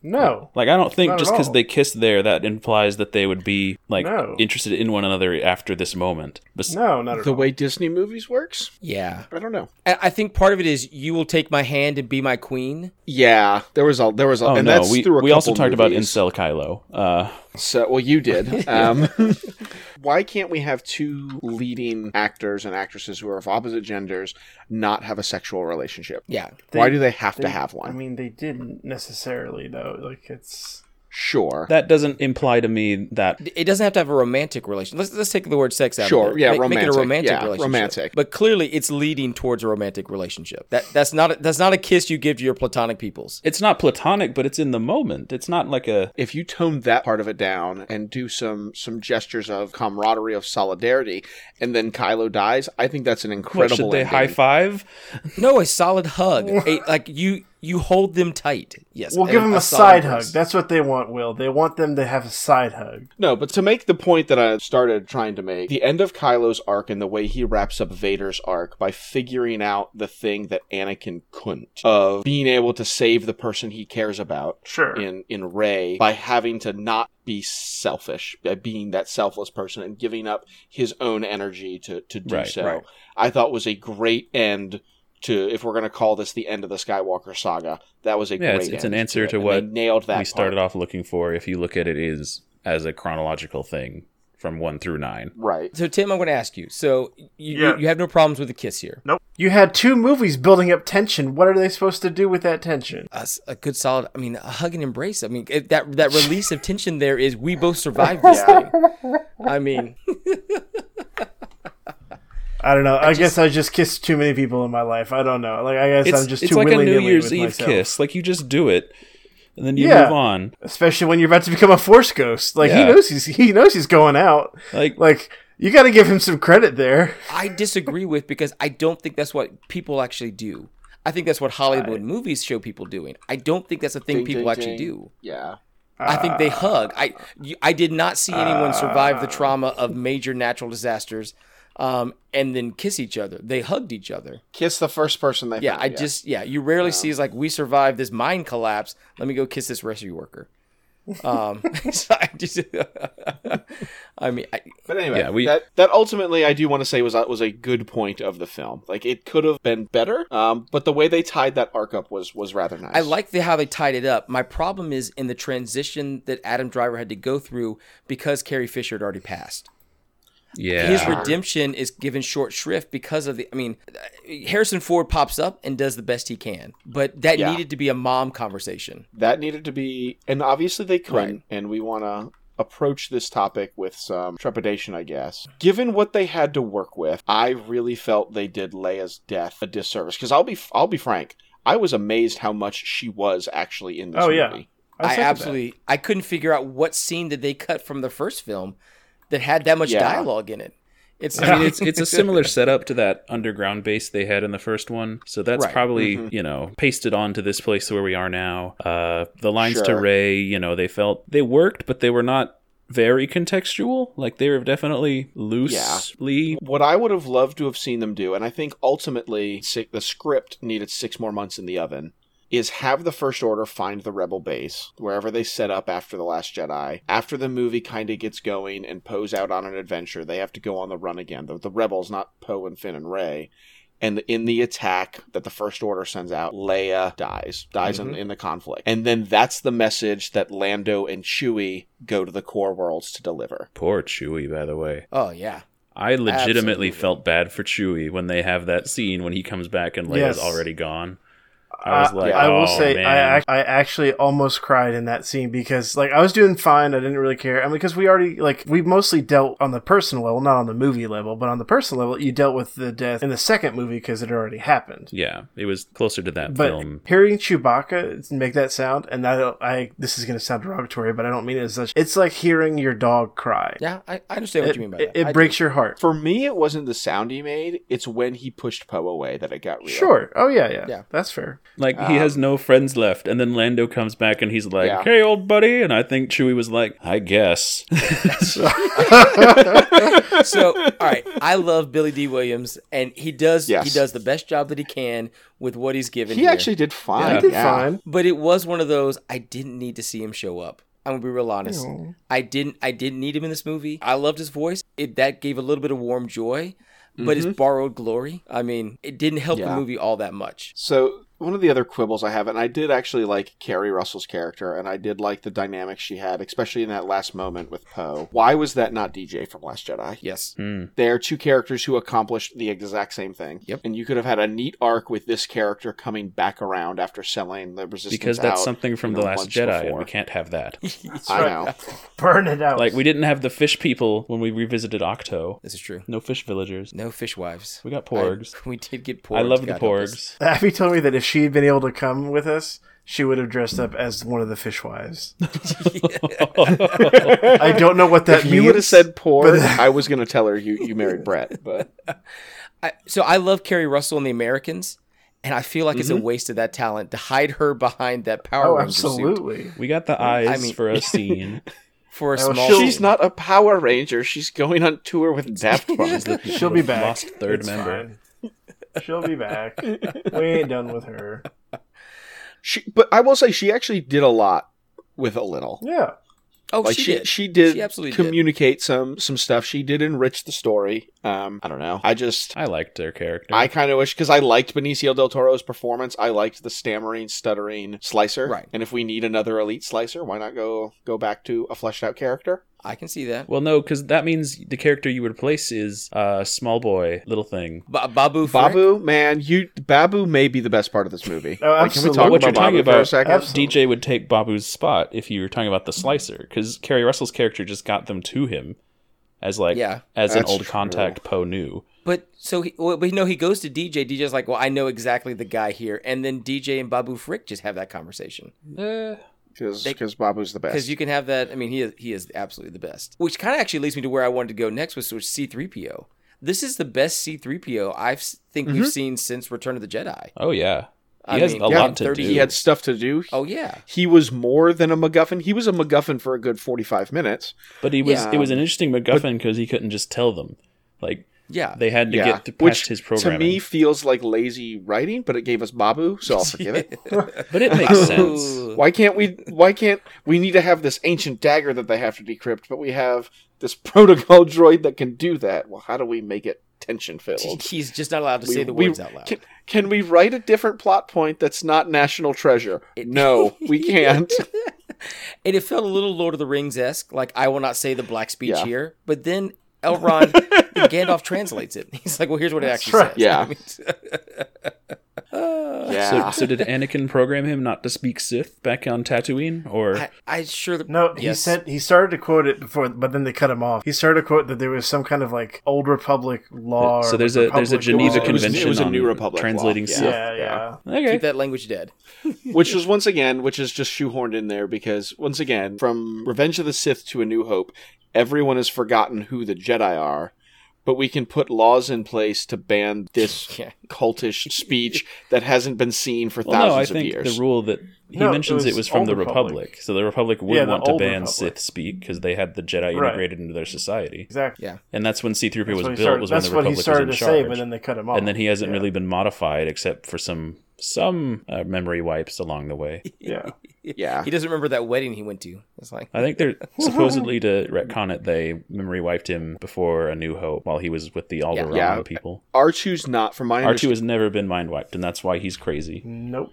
S2: No.
S3: Like I don't think
S2: Not at
S3: just because
S2: all.
S3: they kissed there, that implies that they would be like
S2: No.
S3: interested in one another after this moment. Bes-
S2: No, not at
S1: The
S2: all.
S1: way Disney movies works,
S4: yeah,
S1: I don't know.
S4: I I think part of it is you will take my hand and be my queen.
S1: Yeah, there was a there was a
S3: Oh
S1: and
S3: no,
S1: that's
S3: we,
S1: through a
S3: we also
S1: couple
S3: talked about
S1: movies.
S3: incel Kylo. Uh,
S1: So well, you did. Um, why can't we have two leading actors and actresses who are of opposite genders not have a sexual relationship?
S4: Yeah,
S1: why do they have to
S2: They-
S1: have one?
S2: I mean, they didn't necessarily though. Like it's
S1: sure,
S3: that doesn't imply to me that
S4: it doesn't have to have a romantic relation. Let's let's take the word sex out.
S1: Sure,
S4: of it.
S1: yeah,
S4: make, Make it
S1: romantic,
S4: a romantic
S1: yeah,
S4: relationship.
S1: romantic.
S4: But clearly, it's leading towards a romantic relationship. That that's not a, that's not a kiss you give to your platonic peoples.
S3: it's not platonic, but it's in the moment. It's not like a
S1: if you tone that part of it down and do some some gestures of camaraderie of solidarity, and then Kylo dies, I think that's an
S3: what,
S1: incredible.
S3: should they
S1: ending.
S3: high five?
S4: No, a solid hug. a, like you you hold them tight. Yes,
S2: we'll give them a,
S4: solid
S2: side hug.
S4: embrace.
S2: That's what they want. Will they want them to have a side hug?
S1: No, but to make the point that I started trying to make, the end of Kylo's arc and the way he wraps up Vader's arc by figuring out the thing that Anakin couldn't of being able to save the person he cares about
S2: Sure.
S1: in in Ray by having to not be selfish, by being that selfless person and giving up his own energy to to do
S3: Right,
S1: so.
S4: right.
S1: I thought was a great end to if we're going to call this the end of the Skywalker saga. That was a
S3: Yeah,
S1: great
S3: it's- it's
S1: end
S3: an answer
S1: it,
S3: to
S1: and
S3: what
S1: they nailed that
S3: we started
S1: part.
S3: off looking for if you look at it is as a chronological thing from 1 through 9
S1: right.
S4: So Tim, I'm going to ask you. So you, you-
S2: Yeah.
S4: you have no problems with the kiss here.
S2: You had two movies building up tension. What are they supposed to do with that tension?
S4: A, s- a good solid. I mean, a hug and embrace. I mean, it, that that release of tension there is we both survived this thing. I mean,
S2: I don't know. I, guess I just kissed too many people in my life. I don't know. Like I guess
S3: it's,
S2: I'm just
S3: it's
S2: too
S3: like a
S2: willy
S3: new
S2: nilly
S3: year's
S2: with
S3: eve
S2: myself.
S3: kiss like you just do it and then you
S2: Yeah.
S3: move on
S2: Especially when you're about to become a force ghost. Like
S3: Yeah.
S2: he knows he's he knows he's going out.
S3: like,
S2: Like you got to give him some credit there.
S4: I disagree with because I don't think that's what people actually do. I think that's what Hollywood movies show people doing. I don't think that's a thing
S1: Ding,
S4: people
S1: ding,
S4: actually
S1: ding.
S4: do.
S1: Yeah.
S4: I think they hug. I you- I did not see anyone survive the trauma of major natural disasters, um, and then kiss each other. They hugged each other.
S1: Kiss the first person they
S4: Yeah,
S1: found,
S4: I just yeah, you rarely see is like we survived this mine collapse. Let me go kiss this rescue worker. Um, so I just, I mean, I,
S1: But anyway,
S3: Yeah, we-
S1: that that ultimately I do want to say was a- was a good point of the film. Like it could have been better, um, but the way they tied that arc up was was rather nice.
S4: I like the how they tied it up. My problem is in the transition that Adam Driver had to go through because Carrie Fisher had already passed.
S3: yeah
S4: His redemption is given short shrift because of the. I mean, Harrison Ford pops up and does the best he can, but that
S1: Yeah.
S4: needed to be a mom conversation.
S1: that needed to be, and obviously they couldn't.
S4: Right.
S1: And we want to approach this topic with some trepidation, I guess. Given what they had to work with, I really felt they did Leia's death a disservice. Because I'll be I'll be frank, I was amazed how much she was actually in this
S2: Oh,
S1: movie.
S2: yeah.
S4: I,
S2: second that.
S4: absolutely I couldn't figure out what scene did they cut from the first film that had that much
S1: Yeah.
S4: dialogue in it. It's
S3: I mean, it's it's a similar setup to that underground base they had in the first one, so that's
S4: Right. Mm-hmm.
S3: probably you know pasted onto this place where we are now. Uh, the lines to
S1: Sure.
S3: Ray, you know, they felt they worked, but they were not very contextual. Like they were definitely loosely
S1: What I would have loved to have seen them do, and I think ultimately si- the script needed six more months in the oven, is have the First Order find the Rebel base, wherever they set up after The Last Jedi. After the movie kind of gets going and Poe's out on an adventure, they have to go on the run again. The, the Rebels, not Poe and Finn and Rey. and in the attack that the First Order sends out, Leia dies, dies in, in the conflict. And then that's the message that Lando and Chewie go to the core worlds to deliver.
S3: Poor Chewie, by the way.
S4: Oh yeah.
S3: I legitimately
S4: Absolutely.
S3: felt bad for Chewie when they have that scene when he comes back and Leia's
S2: Yes. Uh,
S3: already gone. I was like,
S2: I will
S3: "Oh,
S2: say,
S3: man."
S2: I ac- I actually almost cried in that scene because like I was doing fine. I didn't really care. I mean, because we already like we mostly dealt on the personal level, not on the movie level, but on the personal level, you dealt with the death in the second movie because it already happened.
S3: yeah, it was closer to that
S2: But
S3: film.
S2: hearing Chewbacca make that sound, and I, don't, I this is going to sound derogatory, but I don't mean it as such. It's like hearing your dog cry.
S4: Yeah, I, I understand what
S2: it,
S4: you mean by
S2: it-
S4: that.
S2: it
S4: I do.
S2: breaks your heart.
S1: For me, it wasn't the sound he made; it's when he pushed Poe away that it got real.
S2: Sure. Oh yeah, yeah,
S4: Yeah.
S2: That's fair.
S3: Like he has no friends left, and then Lando comes back and he's like,
S1: Yeah.
S3: "Hey, old buddy," and I think Chewie was like, "I guess."
S4: so all right i love billy d williams and he does
S1: Yes.
S4: he does the best job that he can with what he's given
S1: He
S4: here.
S1: actually did fine.
S2: I did
S1: yeah.
S2: fine.
S4: but it was one of those i didn't need to see him show up i'm gonna be real honest i didn't i didn't need him in this movie i loved his voice it that gave a little bit of warm joy but it's borrowed glory i mean it didn't help the
S1: Yeah.
S4: movie all that much
S1: So one of the other quibbles I have, and I did actually like Carrie Russell's character, and I did like the dynamic she had, especially in that last moment with Poe. Why was that not DJ from Last Jedi?
S4: yes
S3: Hmm.
S1: They are two characters who accomplished the exact same thing.
S4: Yep.
S1: And you could have had a neat arc with this character coming back around after selling the resistance.
S3: because that's
S1: out,
S3: something from
S1: you
S3: the
S1: know,
S3: Last
S1: months
S3: Jedi, and
S1: before.
S3: we can't have that.
S1: I know.
S2: Burn it out.
S3: like we didn't have the fish people when we revisited Octo.
S4: this is true
S3: No fish villagers.
S4: no fish wives
S3: We got
S4: I-
S3: porgs.
S4: we did get porgs
S3: I, love the
S4: God help us.
S3: porgs.
S2: Abby told me that if she had been able to come with us, she would have dressed up as one of the fishwives. I don't know what that
S1: If
S2: means.
S1: you would have said poor, I was going to tell her you, you married Brett, but
S4: I, so I love Carrie Russell and the Americans, and I feel like it's
S3: Mm-hmm.
S4: a waste of that talent to hide her behind that Power
S2: Oh,
S4: Ranger suit
S2: absolutely.
S3: We got the eyes
S4: mean-
S3: for a scene.
S4: for a
S2: Oh,
S4: small.
S2: she'll-
S1: she's not a Power Ranger. She's going on tour with Daft Punk.
S2: She'll be back.
S3: Lost third
S2: It's
S3: member.
S2: fine. She'll be back. We ain't done with her.
S1: she, but I will say she actually did a lot with a little.
S2: Yeah.
S4: Oh,
S1: like
S4: she,
S1: she,
S4: did.
S1: she did
S4: She absolutely did.
S1: communicate some some stuff. She did enrich the story. Um, I don't know. I just
S3: I liked their character.
S1: I kind of wish because I liked Benicio del Toro's performance. I liked the stammering, stuttering Slicer.
S4: Right.
S1: And if we need another elite Slicer, why not go go back to a fleshed out character?
S4: I can see that.
S3: well, no, because that means the character you replace is uh, small boy, little thing.
S4: Ba- Babu. Frick?
S1: Babu, man, you Babu may be the best part of this movie.
S2: Oh,
S1: Like, Can
S2: absolutely.
S1: we talk
S3: What you're
S1: about Babu
S3: talking
S1: for a
S3: about-
S1: second?
S2: Absolutely.
S3: DJ would take Babu's spot if you were talking about the slicer, because Carrie Russell's character just got them to him as like
S4: Yeah.
S3: as an
S1: That's
S3: old
S1: true.
S3: contact Poe knew.
S4: But so he, well, but no, he goes to DJ. DJ's like, well, I know exactly the guy here, and then DJ and Babu Frick just have that conversation They-
S1: Because Babu's the best.
S4: because you can have that. I mean, he is he is absolutely the best. Which kind of actually leads me to where I wanted to go next, was was C three PO. This is the best C three PO I think
S1: Mm-hmm.
S4: we've seen since Return of the Jedi.
S3: Oh yeah, he
S4: I
S3: has
S4: mean,
S3: a
S4: yeah,
S3: lot to
S4: 30
S3: do.
S1: he had stuff to do.
S4: Oh yeah.
S1: He was more than a MacGuffin. He was a MacGuffin for a good forty-five minutes.
S3: But he was
S1: Yeah.
S3: it was an interesting MacGuffin because he couldn't just tell them. Like
S4: Yeah.
S3: they had to
S1: yeah,
S3: get th- past
S1: which
S3: his
S1: to
S3: programming.
S1: me feels like lazy writing, but it gave us Babu, so I'll forgive it.
S3: but it makes sense.
S4: Ooh.
S1: Why can't we? Why can't we need to have this ancient dagger that they have to decrypt, but we have this protocol droid that can do that? Well, how do we make it tension filled?
S4: He's just not allowed to
S1: We-
S4: say the
S1: we-
S4: words out loud.
S1: Can, can we write a different plot point that's not national treasure? No, we can't.
S4: And it felt a little Lord of the Rings esque, like I will not say the black speech
S1: Yeah.
S4: here. But then Elrond, Gandalf translates it. He's like, well, here's what it actually
S2: right.
S4: says.
S1: Yeah.
S4: I mean,
S1: yeah.
S3: So, so did Anakin program him not to speak Sith back on Tatooine, or
S4: I, I sure.
S2: No, he
S4: Yes.
S2: said he started to quote it before, but then they cut him off. He started to quote that there was some kind of like old Republic law.
S3: so
S2: or
S3: there's a there's a
S2: Republic
S3: Geneva
S1: It
S2: law.
S1: was- it
S3: Convention
S1: was a
S3: on
S1: New Republic law,
S3: translating
S1: yeah.
S3: Sith.
S2: Yeah, yeah.
S3: Okay.
S4: Keep that language dead.
S1: which was once again, which is just shoehorned in there because once again, from Revenge of the Sith to A New Hope, everyone has forgotten who the Jedi are, but we can put laws in place to ban this
S4: Yeah.
S1: cultish speech that hasn't been seen for
S3: Well, no, I
S1: thousands of
S3: think
S1: years.
S3: the rule that he
S2: No, it
S3: mentions it was,
S2: was
S3: from
S2: Old
S3: the Republic.
S2: Republic.
S3: so the Republic would
S2: Yeah, the
S3: want to
S2: Old
S3: ban
S2: Republic.
S3: Sith speak because they had the Jedi
S2: Right.
S3: integrated into their society,
S2: Exactly.
S3: and that's when C-3PO
S2: That's
S3: was
S2: what he
S3: built.
S2: started,
S3: was when
S2: that's
S3: the
S2: what
S3: Republic
S2: he started to
S3: was in
S2: say,
S3: charge,
S2: but then they cut him off.
S3: and then he hasn't
S2: Yeah.
S3: really been modified except for some some uh, memory wipes along the way.
S2: Yeah.
S1: Yeah.
S4: He doesn't remember that wedding he went to. It's like
S3: I think they're supposedly to retcon it. They memory wiped him before A New Hope while he was with the Alderaan
S1: Yeah.
S3: people.
S1: Archu's not, from my
S3: R two
S1: understanding.
S3: has never been mind wiped, and that's why he's crazy.
S2: Nope.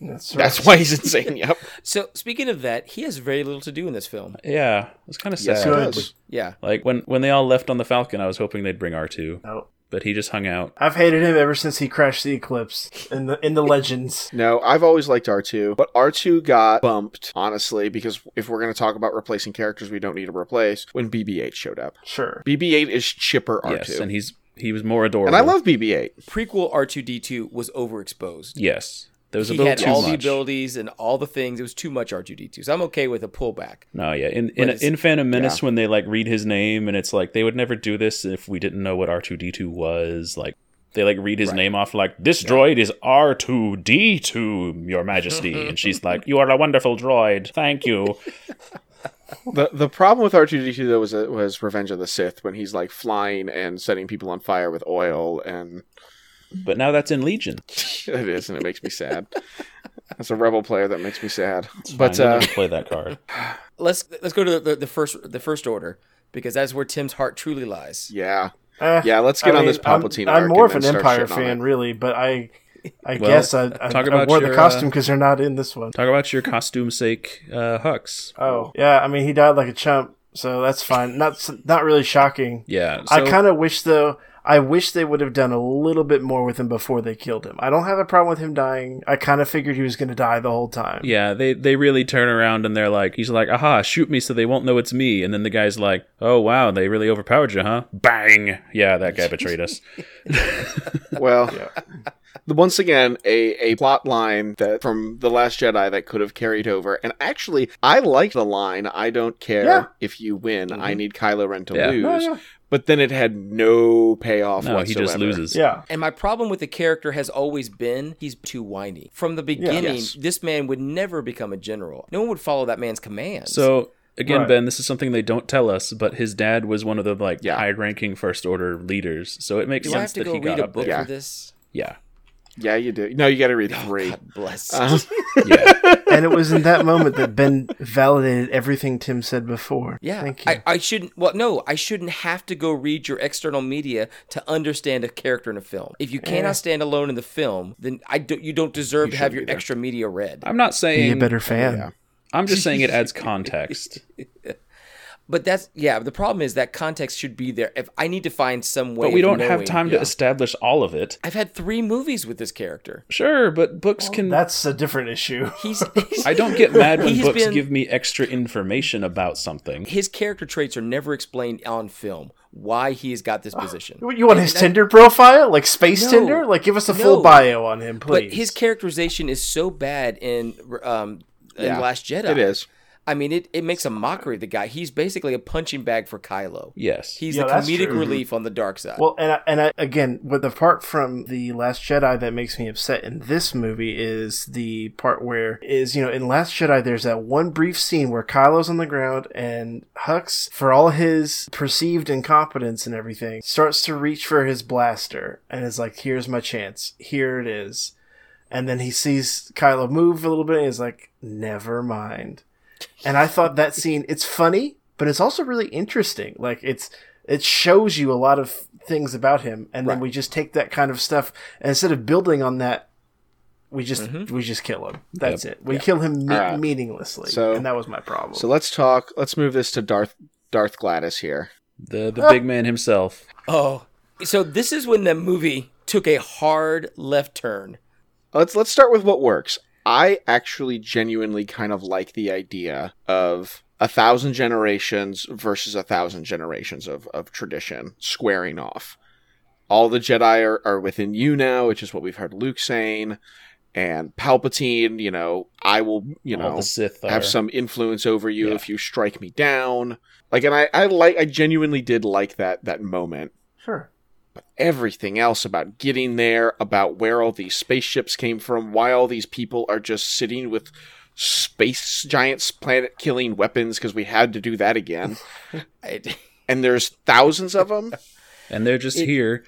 S2: That's right.
S1: That's why he's insane. Yep.
S4: so. Speaking of that, he has very little to do in this film.
S3: Yeah, it's kind of sad.
S1: Yes, he
S2: Good.
S1: does.
S4: Yeah,
S3: Like when when they all left on the Falcon, I was hoping they'd bring R two,
S2: Nope.
S3: but he just hung out.
S2: I've hated him ever since he crashed the eclipse in the in the legends.
S1: No, I've always liked R2, but R2 got bumped, honestly, because if we're going to talk about replacing characters we don't need to replace, when BB 8 showed up.
S2: Sure.
S1: BB 8 is chipper R2.
S3: Yes, and
S1: and,
S3: he's he was more adorable.
S1: I love BB 8.
S4: prequel R two D two was overexposed.
S3: Yes, there was a
S4: He
S3: little
S4: had
S3: too
S4: all the
S3: much.
S4: abilities and all the things. It was too much R two D two. So I'm okay with a pullback.
S3: no, yeah. In in,
S4: it's-
S3: in Phantom Menace, when they like read his name, and it's like they would never do this if we didn't know what R two D two was. Like they like read his name off, like this droid is R two D two, Your Majesty, and she's like, "You are a wonderful droid. Thank you."
S1: The the problem with R two D two though was uh, was Revenge of the Sith when he's like flying and setting people on fire with oil and
S3: but now that's in Legion.
S1: it is and it makes me sad. As a rebel player, that makes me sad.
S3: But
S1: but uh,
S3: play that card.
S4: Let's let's go to the, the first the first order because that's where Tim's heart truly lies.
S1: yeah,
S2: Eh,
S1: yeah, let's get
S2: I
S1: on this
S2: mean, I'm-
S1: Palpatine.
S2: I'm,
S1: arc
S2: more
S1: and
S2: of an
S1: then start
S2: Empire
S1: shitting on
S2: fan,
S1: it.
S2: really, but I, I
S3: Well,
S2: guess I, I,
S3: talk
S2: I
S3: about
S2: wore the
S3: your,
S2: costume
S3: uh,
S2: because they're not in this one.
S3: Talk about your costume sake, uh, Hux.
S2: Oh, yeah. I mean, he died like a chump, so that's fine. Not s- not really shocking.
S3: Yeah, so,
S2: I kind of wish though. I wish they would have done a little bit more with him before they killed him. I don't have a problem with him dying. I kind of figured he was going to die the whole time.
S3: Yeah, they they really turn around and they're like, he's like, aha, shoot me so they won't know it's me. And then the guy's like, oh wow, they really overpowered you, huh? Bang! Yeah, that guy betrayed us.
S1: Well,
S2: Yeah.
S1: the- once again, a a plot line that from the Last Jedi that could have carried over. And actually, I like the line. I don't care
S2: Yeah.
S1: if you win. I need Kylo Ren to
S3: Mm-hmm. Yeah.
S1: lose.
S2: Oh, yeah.
S1: But then it had no payoff
S3: No,
S1: whatsoever.
S3: he just loses.
S2: Yeah.
S4: And my problem with the character has always been he's too whiny. From the beginning,
S1: Yes.
S4: this man would never become a general. No one would follow that man's commands.
S3: So again,
S2: Right.
S3: Ben, this is something they don't tell us, but his dad was one of the like
S1: Yeah.
S3: high-ranking first order leaders, so it makes
S4: do I have
S3: sense
S4: to
S3: that
S4: go
S3: he got
S4: read a
S3: up
S4: book
S3: there.
S1: Yeah.
S4: for this?
S3: Yeah,
S1: Yeah, you do. No, you got to read
S3: Oh,
S1: three.
S4: God bless.
S3: Uh-huh.
S1: Um,
S3: yeah.
S2: and it was in that moment that Ben validated everything Tim said before.
S4: yeah,
S2: Thank you.
S4: I, I shouldn't. Well, no, I shouldn't have to go read your external media to understand a character in a film. If you cannot stand alone in the film, then I do, you don't deserve to have your
S1: shouldn't either.
S4: extra media read.
S3: I'm not
S2: Be a
S3: saying
S2: better fan.
S3: I'm just saying it adds context.
S4: But that's yeah. The problem is that context should be there. If I need to find some way,
S3: But we
S4: of
S3: don't have
S4: knowing-
S3: time to establish all of it.
S4: I've had three movies with this character.
S3: Sure, but books can
S2: That's a different issue.
S4: He's, he's
S3: I don't get mad when
S4: He's
S3: books
S4: been-
S3: give me extra information about something.
S4: his character traits are never explained on film. Why he has got this position,
S2: You want his Tinder profile, like space
S4: No.
S2: Tinder? Like, give us a full
S4: No.
S2: bio on him, please.
S4: but his characterization is so bad in um, in
S1: Yeah,
S4: Last Jedi.
S1: it is.
S4: I mean, it, it makes a mockery of the guy. He's basically a punching bag for Kylo.
S3: Yes.
S4: He's
S2: Yeah,
S4: the
S2: that's
S4: comedic
S2: true.
S4: relief on the dark side.
S2: Well, and I, and I, again, with the part from the Last Jedi that makes me upset in this movie is the part where is you know in Last Jedi there's that one brief scene where Kylo's on the ground and Hux, for all his perceived incompetence and everything, starts to reach for his blaster and is like, "Here's my chance. Here it is." And then he sees Kylo move a little bit and he's like, "Never mind." And I thought that scene it's funny, but it's also really interesting. Like it's it shows you a lot of things about him and then
S4: Right.
S2: we just take that kind of stuff and instead of building on that we just
S3: Mm-hmm.
S2: we just kill him. That's it. We kill him me-
S1: Alright.
S2: meaninglessly.
S1: So-
S2: and that was my problem.
S1: So let's talk. Let's move this to Darth Darth Gladys here.
S3: The the big man himself.
S4: oh, so this is when the movie took a hard left turn.
S1: Let's let's start with what works. I actually genuinely kind of like the idea of a thousand generations versus a thousand generations of, of tradition squaring off. All the Jedi are, are within you now, which is what we've heard Luke saying, and Palpatine, you know, I will, you
S3: All
S1: know,
S3: the Sith are.
S1: have some influence over you
S3: Yeah.
S1: if you strike me down. Like and I, I like I genuinely did like that that moment
S2: sure.
S1: everything else about getting there, about where all these spaceships came from, why all these people are just sitting with space giants planet killing weapons because we had to do that again.
S4: I,
S1: And there's thousands of them,
S3: and they're just here.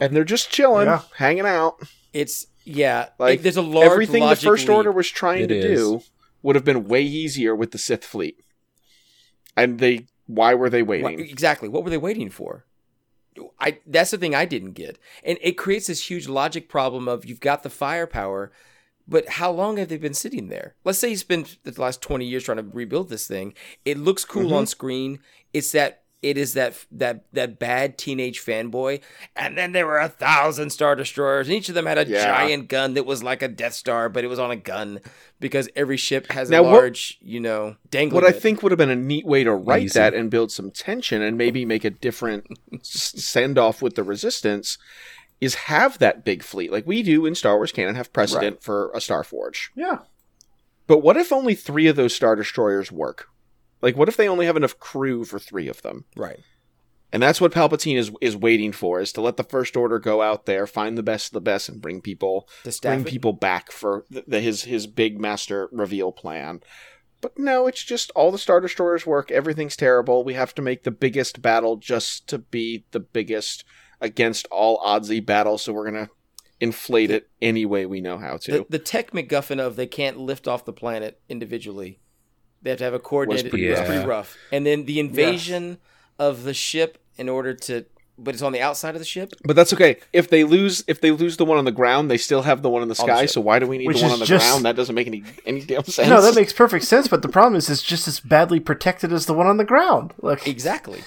S1: and they're just chilling,
S2: Yeah.
S1: hanging out.
S4: it's yeah,
S1: Like
S4: like there's a large
S1: Everything the
S4: logic
S1: First
S4: leap.
S1: Order was trying
S5: It
S1: to
S5: is.
S1: do would have been way easier with the Sith fleet. And they why were they
S4: Why-
S1: waiting?
S4: exactly. What were they waiting for? I that's the thing I didn't get, and it creates this huge logic problem of you've got the firepower, but how long have they been sitting there? Let's say you spent the last twenty years trying to rebuild this thing. It looks cool
S1: Mm-hmm.
S4: on screen. It's that it is that that that bad teenage fanboy, and then there were a thousand star destroyers, and each of them had a
S1: Yeah.
S4: giant gun that was like a Death Star, but it was on a gun because every ship has
S1: Now,
S4: a
S1: what-
S4: large, you know, dangling.
S1: What I
S4: bit.
S1: think would have been a neat way to write
S5: Easy.
S1: that and build some tension and maybe make a different send off with the resistance is have that big fleet like we do in Star Wars canon have precedent for a Star Forge.
S2: Yeah.
S1: But what if only 3 of those star destroyers work? Like what if they only have enough crew for 3 of them?
S4: right.
S1: And that's what Palpatine is is waiting for is to let the First Order go out there, find the best of the best, and bring people
S4: The staff
S1: bring people back for the, the, his his big master reveal plan. But no, it's just all the Star Destroyers work. Everything's terrible. We have to make the biggest battle just to be the biggest against all oddsy battle. So we're gonna inflate it any way we know how to.
S4: The, the tech MacGuffin of they can't lift off the planet individually. They have to have a coordinated.
S1: pretty
S5: rough.
S4: It's pretty rough. And then the invasion of the ship in order to, but it's on the outside of the ship.
S1: but that's okay. If they lose, if they lose the one on the ground, they still have the one in the
S4: On the
S1: sky.
S4: ship.
S1: so why do we need
S2: Which
S1: the one
S2: is
S1: on the
S2: just-
S1: ground? That doesn't make any any damn sense.
S2: No, that makes perfect sense, but the problem is it's just as badly protected as the one on the ground. Like
S4: Exactly.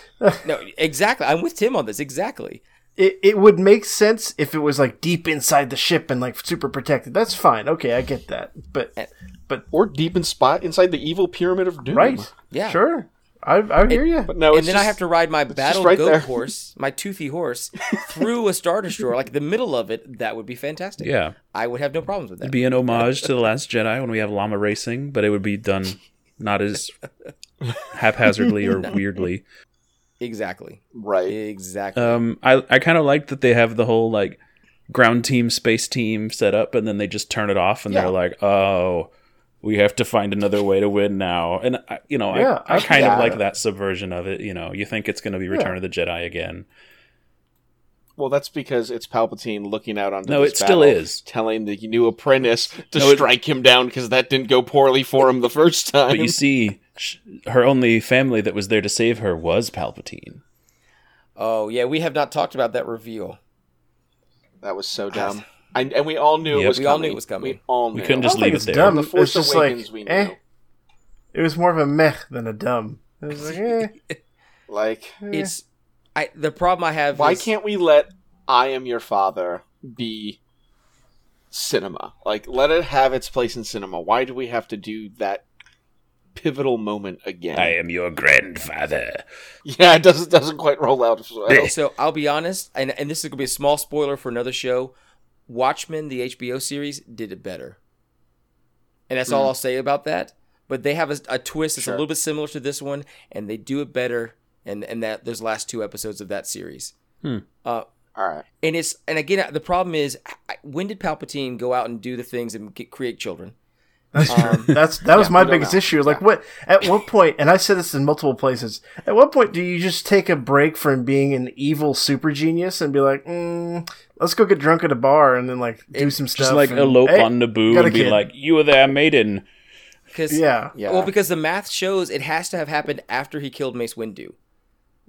S4: no, exactly. I'm with Tim on this. Exactly.
S2: it, it would make sense if it was like deep inside the ship and like super protected. That's fine. Okay, I get that. But but
S1: or deep in spot inside the evil pyramid of
S3: Mm.
S1: doom.
S2: right,
S4: Yeah.
S2: sure, I I hear you.
S1: But no, it's
S4: and then I
S1: just-
S4: have to ride my battle
S1: right
S4: goat
S1: there.
S4: horse, my toothy horse, through a star destroyer, like the middle of it. That would be fantastic.
S3: Yeah.
S4: I would have no problems with that.
S3: It'd be an homage to The Last Jedi when we have llama racing, but it would be done not as haphazardly or weirdly.
S4: exactly.
S1: right.
S4: Exactly.
S3: Um, I I kind of like that they have the whole like ground team, space team set up, and then they just turn it off, and
S1: Yeah.
S3: they're like, oh, we have to find another way to win now. And I, you know,
S2: Yeah,
S3: I, I
S2: I-
S3: kind
S1: yeah.
S3: of like that subversion of it. You know, you think it's going to be Return of the Jedi again.
S1: Well, that's because it's Palpatine looking out onto
S3: No,
S1: this
S3: it still
S1: battle,
S3: is.
S1: telling the new apprentice to
S3: No, it-
S1: strike him down because that didn't go poorly for him the first time.
S3: But you see, sh- her only family that was there to save her was Palpatine.
S4: oh yeah, we have not talked about that reveal.
S1: that was so dumb. I, and we all knew it
S3: Yep.
S1: was
S4: We all
S1: coming.
S4: knew it was coming.
S1: We all knew.
S3: We couldn't just
S2: I don't
S3: leave
S2: think
S3: it
S2: it's
S3: there.
S2: dumb.
S1: The Force
S2: it's just
S1: Awakens
S2: like,
S1: we knew.
S2: eh. It was more of a meh than a dumb. It was like, eh.
S1: Like,
S4: It's I the problem I have.
S1: why
S4: is-
S1: can't we let "I Am Your Father" be cinema? Like, let it have its place in cinema. Why do we have to do that pivotal moment again?
S3: I am your grandfather.
S1: Yeah, it doesn't doesn't quite roll out as well.
S4: So I'll be honest, and and this is gonna be a small spoiler for another show. Watchmen, the HBO series, did it better, and that's all I'll say about that. But they have a, a twist that's
S1: Sure.
S4: a little bit similar to this one, and they do it better. And and that those last two episodes of that series, Uh,
S1: All right.
S4: and it's and again the problem is, I- when did Palpatine go out and do the things and get, create children?
S2: That's true.
S4: Um,
S2: That's that was my
S1: we don't
S2: biggest
S1: know.
S2: issue. Like what at what point and I said this in multiple places, at what point do you just take a break from being an evil super genius and be like, mm, let's go get drunk at a bar and then like do some stuff.
S3: Just like
S2: and-
S3: elope
S2: Hey,
S3: on Naboo
S2: got a
S3: and be
S2: kid.
S3: like, you were there, maiden.
S4: Because
S2: Yeah.
S1: Yeah.
S4: well, because the math shows it has to have happened after he killed Mace Windu.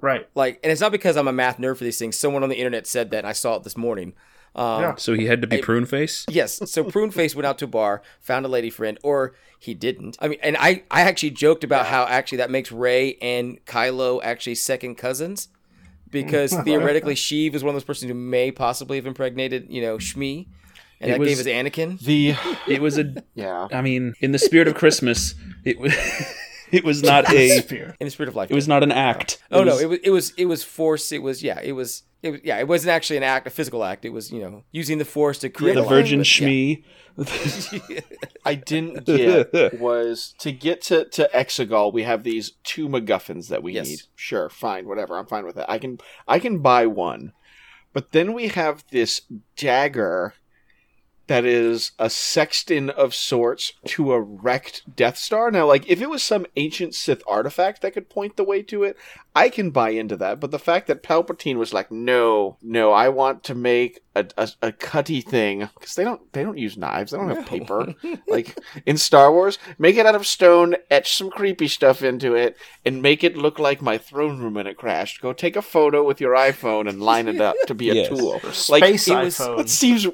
S2: Right.
S4: like and it's not because i'm a math nerd for these things someone on the internet said that and i saw it this morning um,
S2: Yeah.
S3: So he had to be prune face?
S4: yes so pruneface went out to a bar found a lady friend or he didn't i mean and i i actually joked about how actually that makes ray and kylo actually second cousins because theoretically Sheev is one of those persons who may possibly have impregnated you know shmi and
S3: It
S4: that
S3: was-
S4: gave us anakin
S1: The
S3: It was a
S1: yeah.
S3: I mean, in the spirit of Christmas, it was it was not a
S4: in the spirit of life
S3: it was not an act.
S4: oh no it was it was it was force it was yeah it was it was, yeah, it wasn't actually an act, a physical act. It was, you know, using the force to create a
S3: the
S4: life,
S3: Virgin
S4: but yeah.
S3: Shmi.
S1: I didn't get was to get to to Exegol. We have these two MacGuffins that we
S4: Yes.
S1: need. Sure, fine, whatever. I'm fine with that. I can I can buy one, but then we have this dagger that is a sexton of sorts to a wrecked Death Star. Now, like, if it was some ancient Sith artifact that could point the way to it, I can buy into that. But the fact that Palpatine was like, no, no, I want to make a, a, a cutty thing because they don't they don't use knives. They don't have paper. like in Star Wars, make it out of stone, etch some creepy stuff into it, and make it look like my throne room when it crashed. Go take a photo with your iPhone and line it up to be a
S3: Yes.
S1: tool. Like
S2: Space
S1: it was,
S2: iPhone.
S1: it seems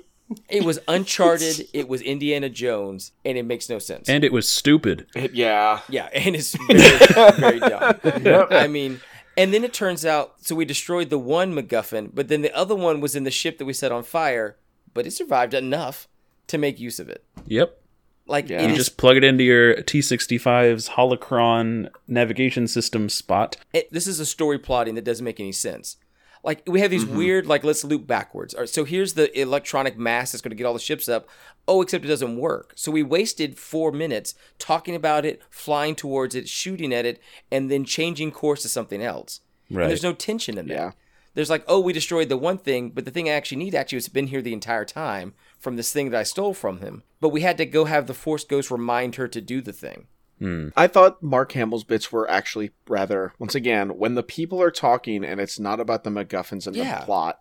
S4: It was Uncharted. it was Indiana Jones, and it makes no sense.
S3: And it was stupid.
S1: it- yeah.
S4: yeah, and it's very, very dumb.
S2: Yep.
S4: I mean, and then it turns out so we destroyed the one MacGuffin, but then the other one was in the ship that we set on fire, but it survived enough to make use of it.
S3: Yep.
S4: Like
S1: Yeah.
S4: it
S3: You
S4: is
S3: just plug it into your T65's Holocron navigation system spot.
S4: it, this is a story plotting that doesn't make any sense. Like we have these weird like let's loop backwards. All right, so here's the electronic mass that's going to get all the ships up. Oh, except it doesn't work. So we wasted 4 minutes talking about it, flying towards it, shooting at it, and then changing course to something else.
S3: Right.
S4: And there's no tension in that.
S1: Yeah.
S4: There's like, "Oh, we destroyed the one thing, but the thing I actually need actually has been here the entire time from this thing that I stole from him." But we had to go have the Force Ghost remind her to do the thing.
S3: Hmm.
S1: I thought Mark Hamill's bits were actually rather, once again, when the people are talking and it's not about the MacGuffins and
S4: Yeah.
S1: the plot,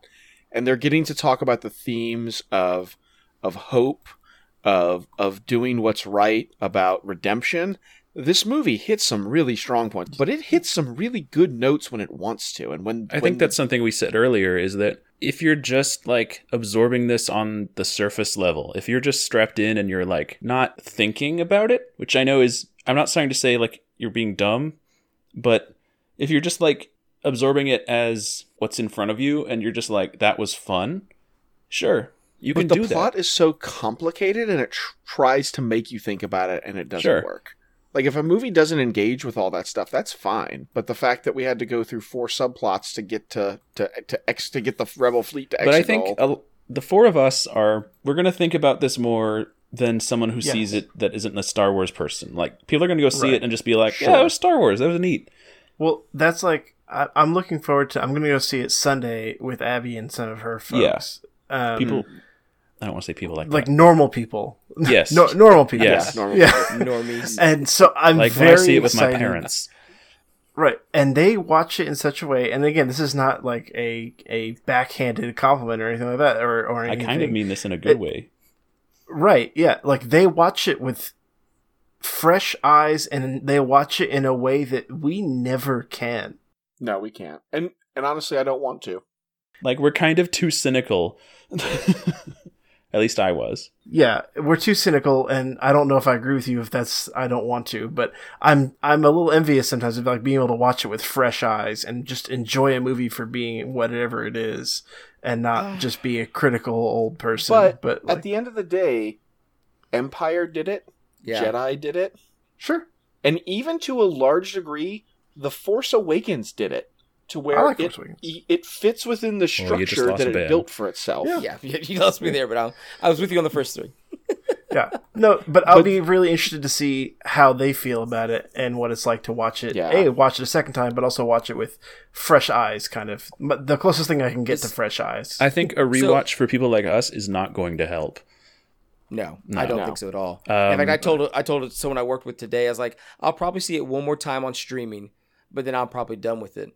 S1: and they're getting to talk about the themes of of hope, of of doing what's right, about redemption. This movie hits some really strong points, but it hits some really good notes when it wants to, and when
S3: I
S1: when
S3: think that's something we said earlier is that if you're just like absorbing this on the surface level, if you're just strapped in and you're like not thinking about it, which I know is, I'm not trying to say like you're being dumb, but if you're just like absorbing it as what's in front of you and you're just like, that was fun, sure, you
S1: but
S3: can
S1: the
S3: do
S1: plot
S3: that.
S1: is so complicated and it tr- tries to make you think about it and it doesn't
S3: Sure.
S1: work like if a movie doesn't engage with all that stuff that's fine but the fact that we had to go through four subplots to get to to to ex to get the rebel fleet to
S3: But I
S1: Exegol-
S3: think uh, the four of us are, we're going to think about this more than someone who
S2: Yes.
S3: sees it that isn't a Star Wars person. Like, people are going to go see
S2: Right.
S3: it and just be like,
S1: Sure.
S3: yeah, it was Star Wars. That was neat.
S2: Well, that's like I, I'm looking forward to. I'm gonna go see it Sunday with Abby and some of her folks. Um,
S3: People. I don't want to say people like,
S2: like normal people.
S3: Yes.
S2: No, normal people.
S3: Yes.
S1: Yeah, normal
S2: yeah.
S4: Normies.
S2: And so I'm
S3: like
S2: very
S3: when I see it with
S2: excited.
S3: my parents.
S2: Right. And they watch it in such a way. And again, this is not like a a backhanded compliment or anything like that, or or
S3: I
S2: anything.
S3: kind of mean this in a good
S2: It-
S3: way.
S2: Right. Yeah. Like they watch it with fresh eyes, and they watch it in a way that we never can.
S1: no we can't and and honestly i don't want to
S3: Like we're kind of too cynical. At least I was.
S2: Yeah, we're too cynical, and I don't know if I agree with you. If that's, I don't want to, but I'm I'm a little envious sometimes of like being able to watch it with fresh eyes and just enjoy a movie for being whatever it is, and not just be a critical old person. But,
S1: But
S2: like,
S1: at the end of the day empire did it
S4: Yeah.
S1: jedi did it
S2: sure,
S1: and even to a large degree the force awakens did it to where
S2: I like
S1: it, e,
S2: Force Awakens.
S1: it fits within the
S3: you just
S1: structure
S3: lost
S1: that
S3: a
S1: it
S3: band.
S1: built for itself
S4: yeah, you you lost me there, but I, I was with you on the first three.
S2: yeah, no, but I'll
S1: But-
S2: be really interested to see how they feel about it and what it's like to watch it.
S1: Yeah.
S2: A, watch it a second time, but also watch it with fresh eyes, kind of. But the closest thing I can get to fresh eyes.
S3: I think a rewatch for people like us is not going to help.
S4: No, I don't
S1: No.
S4: think so at all. In fact, I told I told someone I worked with today. I was like, I'll probably see it one more time on streaming, but then I'm probably done with it.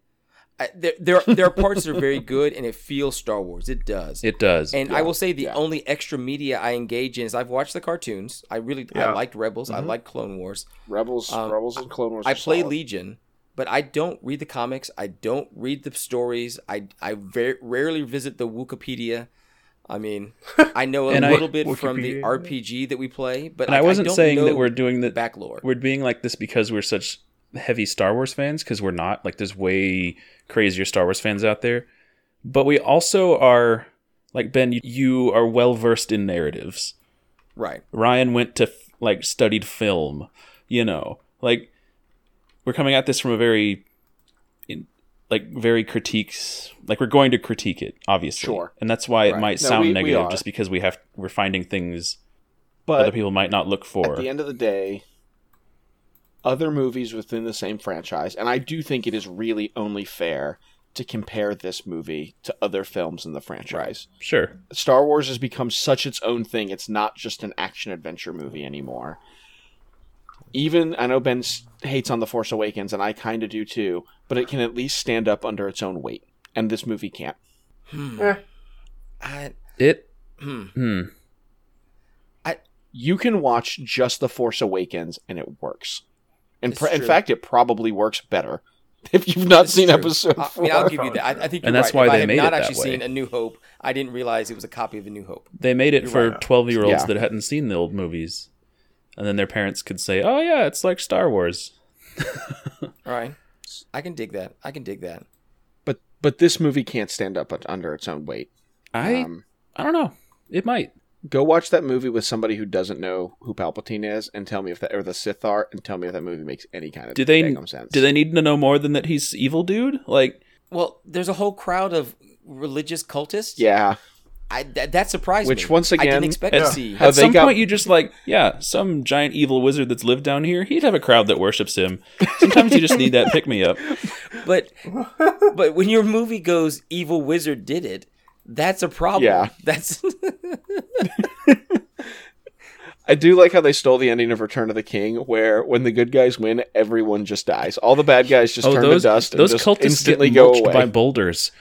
S4: I, there, there, there are parts that are very good, and it feels Star Wars. It does.
S3: It does.
S4: and I will say the
S1: yeah.
S4: only extra media I engage in is I've watched the cartoons. I really I
S2: Yeah.
S4: liked Rebels. I liked Clone Wars.
S1: Rebels,
S4: Um,
S1: Rebels, and Clone Wars.
S4: I
S1: are
S4: play
S1: solid.
S4: Legion, but I don't read the comics. I don't read the stories. I I very rarely visit the Wikipedia. I mean, I know a
S3: And I-
S4: little bit from the
S2: Wikipedia.
S4: RPG that we play, but
S3: and I
S4: like,
S3: wasn't
S4: don't
S3: saying that
S4: know
S3: we're doing
S4: the
S3: that.
S4: back lore.
S3: We're being like this because we're such heavy Star Wars fans. Because we're not. Like there's way crazier Star Wars fans out there. But we also are like Ben. you- You are well versed in narratives.
S4: Right.
S3: Ryan went to f- like studied film, you know. Like we're coming at this from a very in, like very critiques like we're going to critique it obviously.
S1: Sure.
S3: And that's why it
S4: Right.
S3: might
S1: No,
S3: sound
S1: we- we
S3: negative
S1: are.
S3: just because we have we're finding things other
S1: But
S3: people might not look
S1: at
S3: for.
S1: the end of the day, other movies within the same franchise, and I do think it is really only fair to compare this movie to other films in the franchise.
S3: Sure.
S1: Star Wars has become such its own thing. It's not just an action adventure movie anymore. Even I know Ben s- hates on The Force Awakens, and I kind of do too, but it can at least stand up under its own weight, and this movie can't.
S2: Eh,
S4: Hmm. I,
S3: It.
S4: hmm.
S3: Hmm.
S1: You can watch just The Force Awakens, and it works. And
S4: It's
S1: pr- in
S4: true.
S1: fact, it probably works better if you've not
S4: It's
S1: seen
S4: true.
S1: episode
S4: I
S1: four.
S4: mean, I'll give you that. I, I think,
S3: And
S4: you're
S3: that's
S4: right.
S3: why
S4: If I
S3: they
S4: have
S3: made
S4: not
S3: it that
S4: actually
S3: way.
S4: seen A New Hope. I didn't realize it was a copy of A New Hope.
S3: They made it
S2: You're
S3: for
S2: right.
S3: 12 year olds
S1: Yeah.
S3: that hadn't seen the old movies. And then their parents could say, oh, yeah, it's like Star Wars.
S4: All right, I can dig that. I can dig that.
S1: but but this movie can't stand up under its own weight.
S3: I
S1: Um,
S3: I don't know. It might.
S1: Go watch that movie with somebody who doesn't know who Palpatine is, and tell me if that or the Sith are, and tell me if that movie makes any kind of
S3: Do they
S1: daggum sense.
S3: do they need to know more than that he's evil dude? Like
S4: Well, there's a whole crowd of religious cultists.
S1: Yeah,
S4: I, that that surprised me.
S1: Which, once
S4: I
S1: again,
S4: didn't expect
S3: at,
S4: to see.
S1: Have
S3: at
S1: they
S3: some
S1: got-
S3: point you just like, yeah, some giant evil wizard that's lived down here, he'd have a crowd that worships him. Sometimes you just need that pick me up.
S4: But but when your movie goes, evil wizard did it. That's a problem.
S1: Yeah.
S4: That's
S1: I do like how they stole the ending of Return of the King, where when the good guys win, everyone just dies. All the bad guys just turn
S3: Oh, those
S1: to dust and
S3: those
S1: just
S3: cultists
S1: instantly
S3: get
S1: go
S3: mulched
S1: away.
S3: by boulders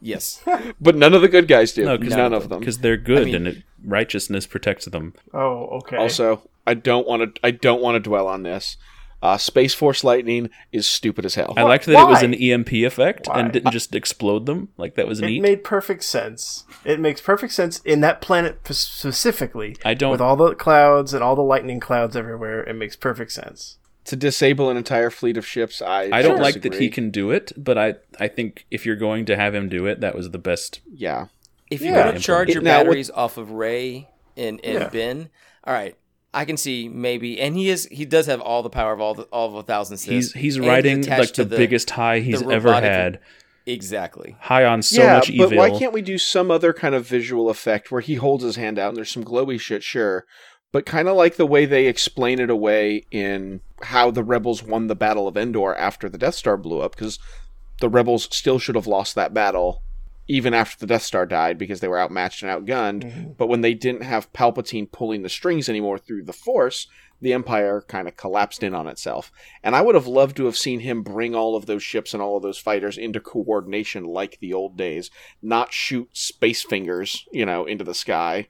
S4: yes.
S1: But none of the good guys do.
S3: No, 'cause-
S1: none of them.
S3: because they're good
S4: mean-
S3: and it, righteousness protects them.
S2: Oh, okay.
S1: Also, I don't want to. I don't want to dwell on this. Uh, Space Force lightning is stupid as hell.
S3: I liked that it was
S2: Why?
S3: an EMP effect
S2: Why?
S3: and didn't just explode them. Like that was
S2: it
S3: neat.
S2: made perfect sense. It makes perfect sense in that planet p- specifically.
S3: I don't-
S2: with all the clouds and all the lightning clouds everywhere. It makes perfect sense.
S1: to disable an entire fleet of ships, I
S3: I
S1: sure
S3: don't like that he
S1: disagree.
S3: can do it, but I I think if you're going to have him do it, that was the best.
S1: Yeah,
S4: If you're
S2: Yeah.
S4: going to charge
S1: It-
S4: your
S1: now, what-
S4: batteries off of Ray and, and
S2: Yeah.
S4: Ben, all right, I can see maybe, and he is he does have all the power of all the, all of a thousand. Siths,
S3: He's he's
S4: and
S3: riding
S4: attached
S3: like
S4: to
S3: the, biggest high he's ever
S4: robotic-
S3: had,
S4: Exactly.
S3: high on so
S1: yeah,
S3: much evil.
S1: but why can't we do some other kind of visual effect where he holds his hand out and there's some glowy shit, sure, but kind of like the way they explain it away in how the rebels won the Battle of Endor after the Death Star blew up, because the rebels still should have lost that battle even after the Death Star died because they were outmatched and outgunned.
S2: Mm-hmm.
S1: But when they didn't have Palpatine pulling the strings anymore through the Force, the Empire kind of collapsed in on itself. And I would have loved to have seen him bring all of those ships and all of those fighters into coordination like the old days, not shoot space fingers, you know, into the sky.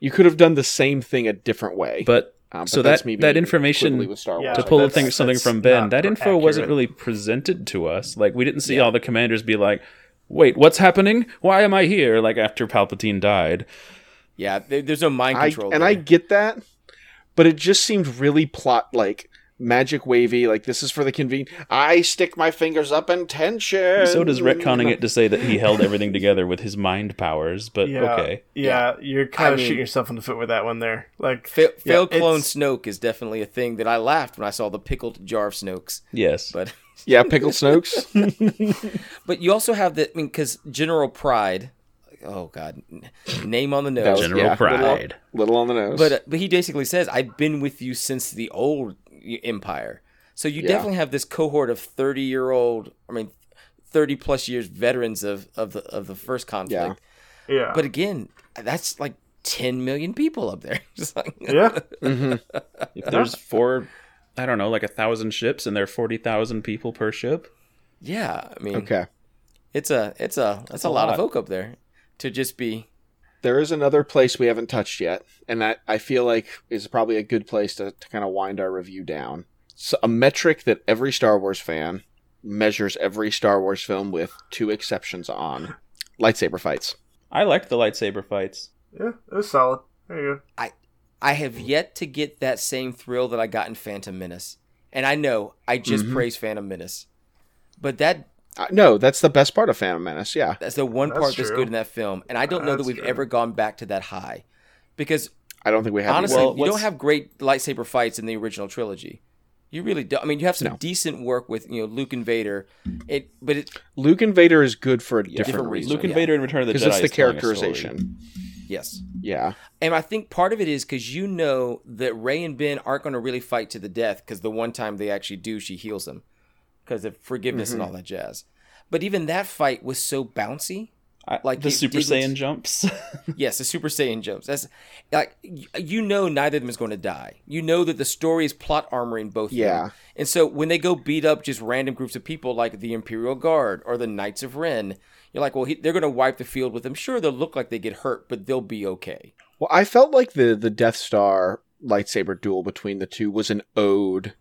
S1: You could have done the same thing a different way.
S3: But
S1: um,
S3: so
S1: that's
S3: that- that
S1: being
S3: information-
S1: quibbly with Star
S2: Yeah,
S1: Wars,
S3: to
S1: I
S3: pull a
S1: guess.
S3: thing
S2: that's-
S3: something
S2: that's
S3: from Ben,
S2: not
S3: that info wasn't
S2: accurate.
S3: really presented to us. Like we didn't see all the commanders be like, "Wait, what's happening? Why am I here?" Like after Palpatine died.
S4: Yeah, there, there's no mind
S1: I,
S4: control.
S1: and I
S4: there.
S1: get that, but it just seemed really plot like magic wavy. Like this is for the conven. I stick my fingers up in tension.
S3: So does retconning it to say that he held everything together with his mind powers, but
S2: Yeah,
S3: okay.
S2: Yeah, you're kind
S4: I
S2: of
S4: mean-
S2: shooting yourself in the foot with that one there. Like
S4: Fa-
S2: yeah,
S4: failed clone
S2: it's-
S4: Snoke is definitely a thing that I laughed when I saw the pickled jar of Snokes.
S3: Yes.
S4: But
S1: yeah, pickled Snoke's.
S4: but you also have the I mean because General Pride, oh god, n- name on the nose.
S3: General Pride.
S1: little, on the nose.
S4: But uh, but he basically says, "I've been with you since the old empire." So you
S1: Yeah.
S4: definitely have this cohort of thirty year old, I mean, thirty plus years veterans of of the of the first conflict.
S2: yeah,
S4: But again, that's like ten million people up there. It's like-
S2: yeah,
S3: if there's four, I don't know, like a thousand ships, and there are forty thousand people per ship.
S4: yeah, I mean,
S1: okay,
S4: it's a it's a that's a,
S3: a
S4: lot, of
S3: lot.
S4: folk up there to just be.
S1: there is another place we haven't touched yet, and that I feel like is probably a good place to, to kind of wind our review down. So a metric that every Star Wars fan measures every Star Wars film with two exceptions on lightsaber fights.
S3: I liked the lightsaber fights.
S2: yeah. It was solid. There you
S4: I have
S2: Mm-hmm.
S4: yet to get that same thrill that I got in Phantom Menace, and I know I just
S2: Mm-hmm.
S1: Mhm.
S4: praise Phantom Menace, but that
S1: Uh, no, that's the best part of Phantom Menace. Yeah.
S4: That's the one
S2: That's
S4: part that's
S2: true.
S4: good in that film, and I don't know that
S2: That's
S4: we've
S2: true.
S4: ever gone back to that high, because
S1: I don't think we have.
S4: honestly,
S1: either.
S3: Well,
S4: you don't
S3: what's-
S4: have great lightsaber fights in the original trilogy. You really don't. I mean, you have some
S1: No.
S4: decent work with you know Luke and Vader, it, but it
S1: Luke and Vader is good for a different
S4: Different reason.
S1: reason
S3: Luke and
S4: yeah.
S3: Vader in Return of the Jedi
S1: because it's the
S3: is telling a story.
S1: characterization.
S4: yes,
S1: Yeah,
S4: and I think part of it is because you know that Ray and Ben aren't going to really fight
S1: Mm-hmm.
S4: to the death because the one time they actually do, she heals him because of forgiveness and all that jazz. But even that fight was so bouncy.
S3: I,
S4: Like,
S3: like the
S4: it
S3: Super
S4: didn't-
S3: Saiyan jumps.
S4: Yes, the Super Saiyan jumps. That's like y- you know neither of them is going to die. You know that the story is plot armoring both. of them.
S1: Yeah.
S4: And so when they go beat up just random groups of people like the Imperial Guard or the Knights of Ren, you're like, well, he, they're going to wipe the field with them. Sure, they'll look like they get hurt, but they'll be okay.
S1: Well, I felt like the the Death Star lightsaber duel between the two was an ode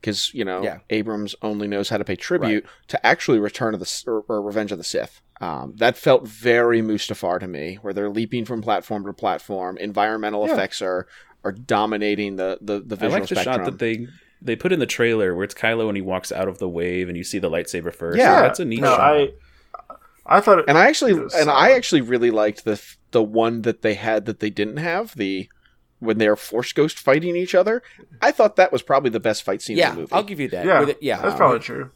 S1: because you know
S4: Yeah.
S1: Abrams only knows how to pay tribute to actually Return of the S- or, or Revenge of the Sith. Um, that felt very Mustafar to me, where they're leaping from platform to platform. Environmental
S2: Yeah.
S1: effects are are dominating the the, the
S3: I
S1: visual
S3: like the
S1: spectrum.
S3: shot that they they put in the trailer where it's Kylo and he walks out of the wave and you see the lightsaber first.
S1: Yeah.
S3: that's a neat
S2: No,
S3: shot.
S2: I I thought it,
S1: and I actually
S2: It was
S1: and I
S4: uh,
S2: solid.
S1: actually really liked the the one that they had that they didn't have the when they're force ghost fighting each other. I thought that was probably the best fight scene in
S4: Yeah,
S1: the movie.
S4: I'll give you that.
S2: yeah,
S4: With it- yeah.
S2: that's probably true.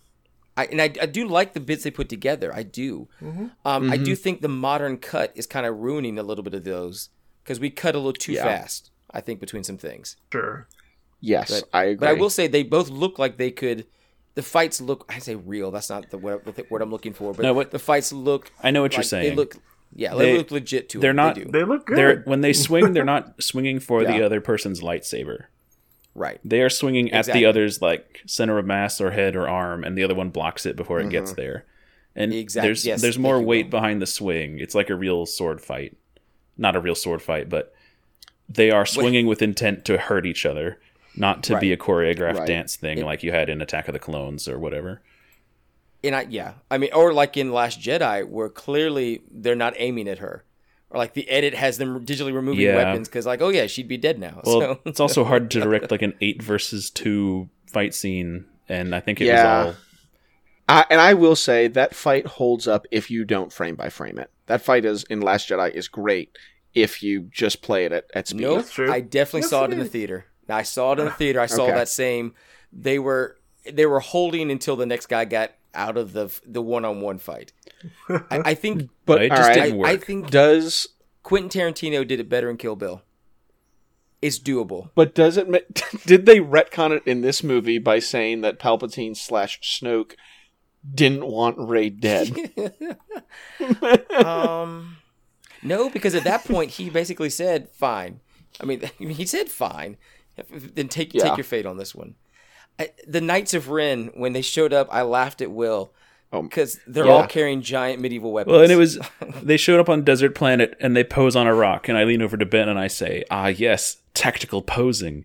S4: I, and I, I do like the bits they put together. I do. Um, I
S3: Mm-hmm.
S4: do think the modern cut is kind of ruining a little bit of those because we cut a little too
S1: Yeah.
S4: fast. I think between some things.
S2: Sure.
S1: yes, I agree.
S4: But I will say they both look like they could. The fights look. I say real. That's not the word, the word I'm looking for. But
S3: No, what-
S4: the fights look.
S3: I know what you're
S4: like
S3: saying.
S4: They look. Yeah, they,
S3: They-
S4: look legit to
S3: they're
S4: them.
S3: not-
S4: They do.
S2: They look good.
S3: They're when they swing, they're not swinging for
S1: Yeah.
S3: the other person's lightsaber.
S4: Right.
S3: They are swinging at
S4: Exactly.
S3: the other's like center of mass or head or arm, and the other one blocks it before it gets there. And
S4: Mm-hmm. Exact-
S3: there's
S4: yes,
S3: there's
S4: thank
S3: more
S4: you,
S3: weight
S4: Will.
S3: behind the swing. It's like a real sword fight, not a real sword fight, but they are swinging with intent to hurt each other, not to be a choreographed
S1: Right.
S3: dance thing like you had in Attack of the Clones or whatever.
S4: And I yeah. I mean, or like in Last Jedi, where clearly they're not aiming at her. Or like the edit has them digitally removing
S3: Yeah.
S4: weapons because like oh yeah she'd be dead now.
S3: Well,
S4: so.
S3: it's also hard to direct like an eight versus two fight scene, and I think it
S1: Yeah.
S3: was all
S1: I, and I will say that fight holds up if you don't frame by frame it. That fight is in Last Jedi is great if you just play it at, at speed.
S4: Nope.
S2: That's true.
S4: I definitely
S2: Yes,
S4: saw
S2: it
S4: it in the
S2: is.
S4: theater. I saw it in the theater. I saw
S1: Okay.
S4: that same. They were they were holding until the next guy got out of the the one on one fight. I, I think
S1: But
S3: It
S1: all
S3: just
S1: right,
S4: I,
S3: didn't work.
S4: I think
S1: does
S4: Quentin Tarantino did it better in Kill Bill. It's doable.
S1: but does it? ma- Did they retcon it in this movie by saying that Palpatine slash Snoke didn't want Ray dead?
S4: Um, no, because at that point he basically said fine. I mean, he said fine. Then take
S1: Yeah.
S4: take your fate on this one. I, the Knights of Ren when they showed up, I laughed at Will
S1: Um,
S4: because they're
S1: yeah.
S4: all carrying giant medieval weapons.
S3: Well, and it was they showed up on desert planet and they pose on a rock, and I lean over to Ben and I say, "Ah, yes, tactical posing."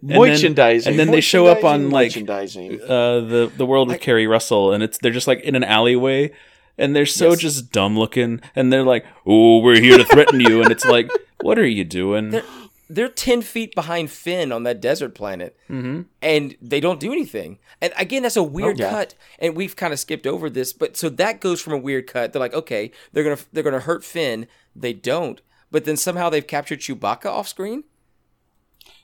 S3: And then-
S1: Merchandising,
S3: and then they show up on
S1: merchandising,
S3: like
S1: merchandising.
S3: uh, the the world with Carrie Russell, and it's they're just like in an alleyway, and they're so
S4: Yes.
S3: just dumb looking, and they're like, "Oh, we're here to threaten you," and it's like, "What are you doing?"
S4: they're 10 feet behind Finn on that desert planet. Mm-hmm. And they don't do anything. And again, that's a weird
S1: yeah.
S4: cut. And we've kind of skipped over this, but so that goes from a weird cut. They're like, okay, they're gonna they're gonna hurt Finn. They don't, but then somehow they've captured Chewbacca off screen.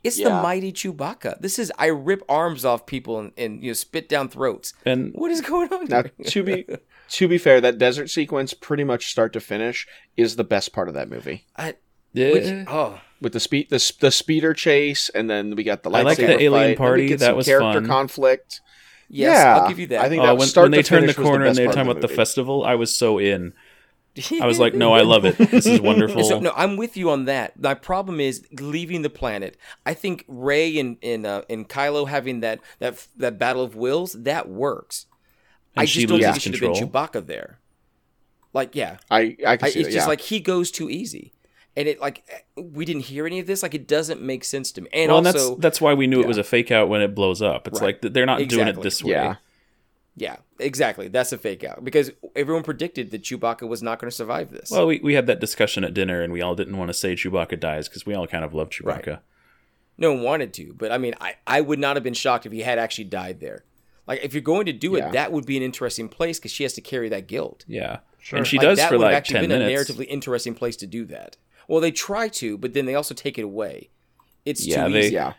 S4: It's the
S1: Yeah.
S4: mighty Chewbacca. This is I rip arms off people and, and you know spit down throats.
S3: And
S4: What is going on?
S1: Now,
S4: here?
S1: to be to be fair, that desert sequence, pretty much start to finish, is the best part of that movie.
S4: I,
S3: yeah, Uh,
S4: which, oh,
S1: With the speed, the, s- the speeder chase, and then we got the lightsaber
S3: I like the alien
S1: fight, then we
S3: party,
S1: get
S3: that
S1: some
S3: was
S1: character
S3: fun.
S1: conflict.
S4: yes, I'll give you that.
S1: I think
S3: oh,
S1: that
S3: when,
S1: start
S3: when
S1: to
S3: they turned the
S1: finish was
S3: corner and
S1: best
S3: they were
S1: part of
S3: talking about the
S1: movie.
S3: festival, I was so in. I was like, "No, I love it. This is wonderful."
S4: So no, I'm with you on that. My problem is leaving the planet. I think Ray and and uh, and Kylo having that that that battle of wills that works. I
S3: she
S4: just don't think
S3: loses
S4: it should have been
S3: control.
S4: Chewbacca there. Like yeah,
S1: I I
S4: I,
S1: can
S4: it's
S1: see that,
S4: just
S1: yeah.
S4: like he goes too easy, and it like we didn't hear any of this. Like it doesn't make sense to me. And
S3: well, and
S4: also,
S3: that's that's why we knew it was a fake out when it blows up. It's
S4: Right.
S3: like like th- they're not doing
S4: Exactly.
S3: it this way.
S1: yeah.
S4: yeah, exactly. That's a fake out because everyone predicted that Chewbacca was not going to survive this.
S3: Well, we, we had that discussion at dinner, and we all didn't want to say Chewbacca dies because we all kind of love Chewbacca.
S4: No one wanted to, but I mean, I, I would not have been shocked if he had actually died there. Like, if you're going to do it,
S1: Yeah.
S4: that would be an interesting place because she has to carry that guilt.
S3: Yeah,
S2: Sure.
S3: and she
S4: Like,
S3: does
S4: that
S3: for
S4: would have
S3: like
S4: actually
S3: ten
S4: been
S3: minutes.
S4: a narratively interesting place to do that. Well, they try to, but then they also take it away. It's
S3: Yeah,
S4: too
S3: they-
S4: easy.
S1: yeah.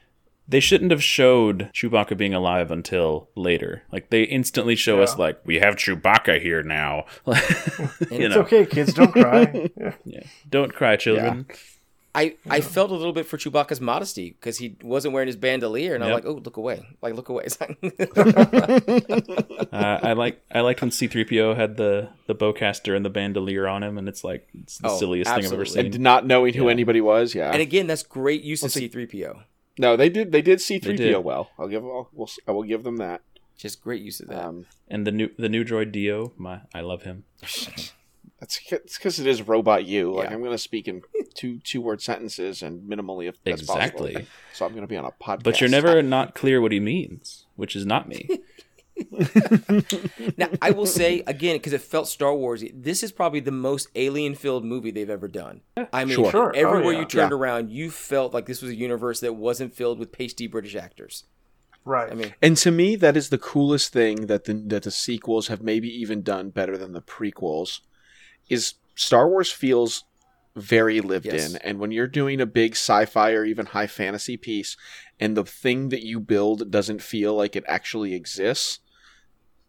S3: They shouldn't have showed Chewbacca being alive until later. Like they instantly show us like we have Chewbacca here now. you
S2: It's
S3: know,
S2: okay, kids. Don't cry. Yeah.
S3: don't cry, children.
S4: I, I felt a little bit for Chewbacca's modesty because he wasn't wearing his bandolier, and I'm
S3: Yep.
S4: like, oh, look away, like look away. It's like-
S3: Uh, I like I liked when C-3PO had the the bowcaster and the bandolier on him, and it's like it's the
S4: Oh,
S3: silliest thing I've
S4: absolutely.
S3: ever
S1: and
S3: seen.
S1: not knowing who anybody was. Yeah,
S4: and again, that's great use of C-3PO.
S1: no, they did. They did C
S3: They
S1: three
S3: did.
S1: PO well. I'll give. I'll, we'll, I will give them that.
S4: Just great use of that.
S1: Um,
S3: And the new the new droid Dio, my I love him.
S1: that's because it is robot you. Like
S4: Yeah.
S1: I'm going to speak in two two word sentences and minimally if that's
S3: Exactly.
S1: possible. So I'm going to be on a podcast.
S3: But you're never not clear what he means, which is not me.
S4: now, I will say again because it felt Star Warsy. This is probably the most alien-filled movie they've ever done. I mean,
S1: Sure.
S2: Sure. Oh,
S4: everywhere
S2: yeah.
S4: you turned around, you felt like this was a universe that wasn't filled with pasty British actors.
S2: Right.
S4: I mean,
S1: And to me, that is the coolest thing that the that the sequels have maybe even done better than the prequels. Is Star Wars feels very lived
S4: Yes.
S1: in, and when you're doing a big sci-fi or even high fantasy piece, and the thing that you build doesn't feel like it actually exists,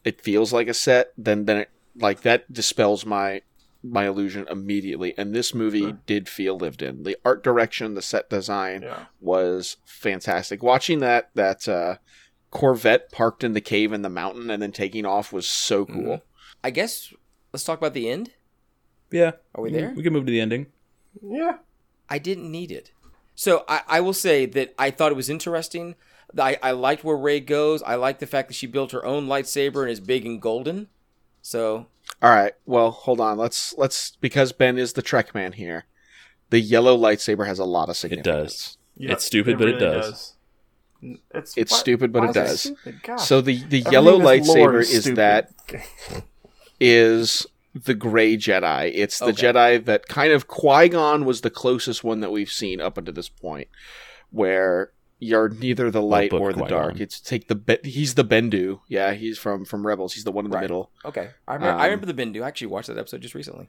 S1: it feels like a set. Then then it like that dispels my my illusion immediately. And this movie did feel lived in. The art direction, the set design,
S2: yeah.
S1: was fantastic. Watching that that uh, Corvette parked in the cave in the mountain and then taking off was so
S3: Mm-hmm.
S1: cool.
S4: I guess let's talk about the end.
S3: Yeah. Mm-hmm.
S4: Are we there?
S3: We can move to the ending.
S2: Yeah.
S4: I didn't need it. So I, I will say that I thought it was interesting. I, I liked where Ray goes. I liked the fact that she built her own lightsaber and is big and golden. So
S1: All right, well, hold on. Let's let's because Ben is the Trek man here. The yellow lightsaber has a lot of
S3: It
S1: significance.
S3: does.
S2: Yeah,
S3: It's stupid, but it does.
S2: does. It's
S1: It's
S2: why-
S1: stupid, but
S2: why
S1: it
S2: is it
S1: does.
S2: stupid? God.
S1: So the the
S2: Everything
S1: yellow
S2: that's lore
S1: lightsaber is
S2: stupid.
S1: that is the gray Jedi. It's the
S4: Okay.
S1: Jedi that kind of Qui Gon was the closest one that we've seen up until this point, where you're neither the light
S3: book
S1: or the
S3: Qui-Gon.
S1: dark. It's take the be- he's the Bendu. Yeah, he's from from Rebels. He's the one in the
S4: Right.
S1: middle.
S4: okay, I remember,
S1: Um,
S4: I remember the Bindu. I actually watched that episode just recently.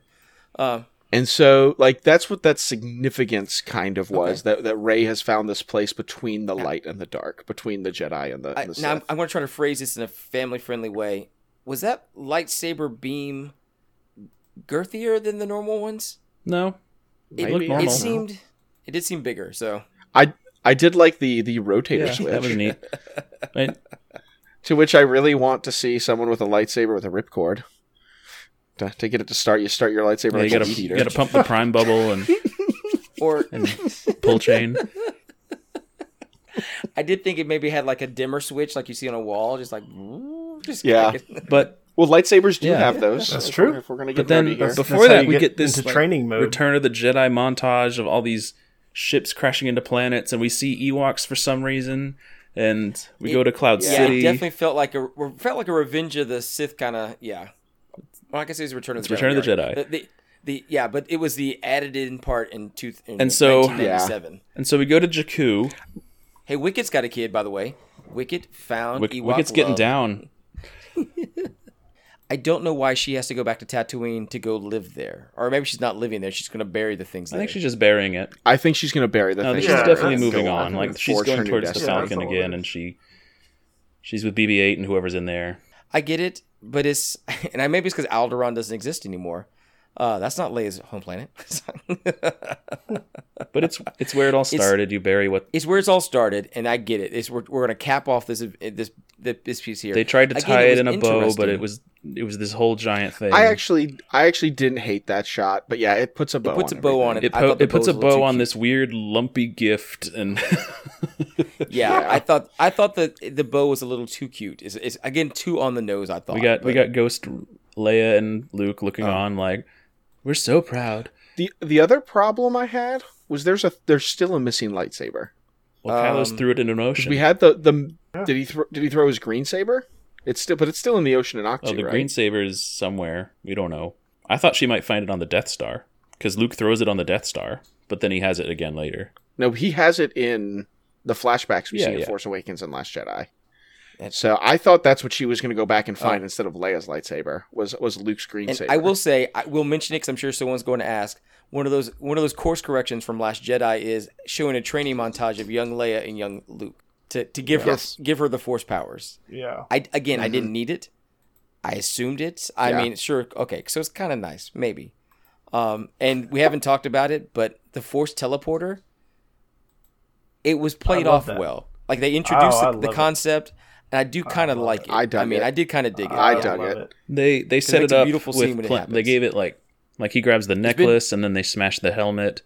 S4: Uh,
S1: And so, like, that's what that significance kind of was that that Ray has found this place between the light and the dark, between the Jedi and the,
S4: I,
S1: and the
S4: now I'm,
S1: Sith.
S4: I'm going to try to phrase this in a family friendly way. Was that lightsaber beam girthier than the normal ones?
S3: No.
S4: It,
S1: Maybe,
S3: looked
S1: I
S3: normal.
S1: don't
S4: it
S1: know.
S4: seemed it did seem bigger. So
S1: I did like the the rotator
S3: Yeah,
S1: switch.
S3: that was neat. Right?
S1: To which I really want to see someone with a lightsaber with a ripcord. To, to get it to start, you start your lightsaber
S3: Yeah, you
S1: like a
S3: gotta
S1: weed
S3: you
S1: eater.
S3: gotta pump the prime bubble and
S4: or
S3: pull chain.
S4: I did think it maybe had like a dimmer switch, like you see on a wall, just like "Ooh," just
S1: Yeah.
S3: But
S1: Well, lightsabers do
S3: Yeah.
S1: have those.
S2: That's
S1: if
S2: true.
S1: we're- If we're gonna get
S3: but then
S1: nerdy here.
S2: That's-
S3: before
S2: that's how
S3: that
S2: you
S3: we
S2: get
S3: get, this
S2: into
S3: like,
S2: training mode.
S3: Return of the Jedi montage of all these ships crashing into planets and we see Ewoks for some reason and we
S4: It-
S3: go to Cloud
S4: Yeah,
S3: City.
S4: it definitely felt like a re- felt like a Revenge of the Sith kind of yeah. Well, I guess it was Return of the
S3: It's
S4: Jedi.
S3: Return of the
S4: you're
S3: Jedi.
S4: right. The, the, the- yeah, but it was the added in part in two in
S3: And so-
S4: 1997.
S3: and so we go to Jakku.
S4: Hey, Wicket's got a kid, by the way. Wicket found
S3: Wick-
S4: Ewok
S3: Wicket's getting
S4: love.
S3: down.
S4: I don't know why she has to go back to Tatooine to go live there, or maybe she's not living there. She's going to bury the things.
S3: I
S4: there.
S3: think she's just burying it.
S1: I think she's gonna bury the
S3: No,
S1: thing.
S3: she's
S2: Yeah,
S3: definitely
S2: that's
S3: moving
S2: cool.
S3: on.
S1: I think
S3: Like
S1: it's
S3: she's
S1: forge her
S3: going
S1: new
S3: towards the
S1: destiny.
S2: Yeah,
S3: Falcon
S2: that's all it
S3: again,
S2: is.
S3: and she she's with BB-8 and whoever's in there.
S4: I get it, but it's and I maybe it's because Alderaan doesn't exist anymore. Uh, that's not Leia's home planet.
S3: But it's it's where it all started. you bury what
S4: it's where it's all started, and I get it. It's we're, we're going to cap off this this this piece here.
S3: they tried to
S4: Again,
S3: tie
S4: it
S3: it,
S4: was
S3: in a bow,
S4: interesting.
S3: but it was it was this whole giant thing.
S1: I actually, I actually didn't hate that shot, but yeah, it puts a bow.
S4: puts
S1: on
S4: a bow on
S1: everything.
S3: it,
S4: I
S3: po-
S4: thought the
S3: it puts
S4: bow
S3: a
S4: was a little
S3: bow
S4: too
S3: on
S4: cute.
S3: this weird lumpy gift, and
S4: yeah, I thought I thought that the bow was a little too cute. It's, it's again too on the nose. I thought
S3: we got we
S4: but Oh.
S3: got Ghost Leia and Luke looking on like we're so proud.
S1: The the other problem I had was there's a there's still a missing lightsaber.
S3: Well, Kylo's
S4: Um,
S3: threw it in an ocean.
S1: We had the the did he throw did he throw his green saber? It's still, but it's still in the ocean in Octu,
S3: oh, the
S1: right?
S3: green saber is somewhere. We don't know. I thought she might find it on the Death Star because Luke throws it on the Death Star, but then he has it again later.
S1: No, he has it in the flashbacks we
S3: Yeah,
S1: see in
S3: yeah.
S1: Force Awakens and Last Jedi.
S4: That's-
S1: so I thought that's what she was going to go back and
S3: Uh,
S1: find instead of Leia's lightsaber was was Luke's green
S4: And
S1: saber.
S4: I will say I will mention it because I'm sure someone's going to ask. One of those one of those course corrections from Last Jedi is showing a training montage of young Leia and young Luke to, to give
S1: Yes.
S4: her give her the Force powers.
S2: yeah.
S4: I again I didn't need it. I assumed it. I
S1: Yeah.
S4: mean, sure, okay, so it's kind of nice, maybe. Um, and we haven't talked about it, but the Force Teleporter, it was played
S2: love
S4: off
S2: that.
S4: well. Like they introduced
S2: Oh, I
S4: the, the
S2: love it.
S4: concept, and I do kind of like it.
S1: I dug
S4: mean,
S1: it.
S4: I did kind of dig it.
S1: I
S4: yeah.
S1: dug
S2: love
S1: it.
S3: They they set
S4: makes
S3: it
S4: a
S3: up
S4: beautiful
S3: with
S4: scene when it
S3: pla- they
S4: happens.
S3: gave it like like he grabs the necklace and then they smash the helmet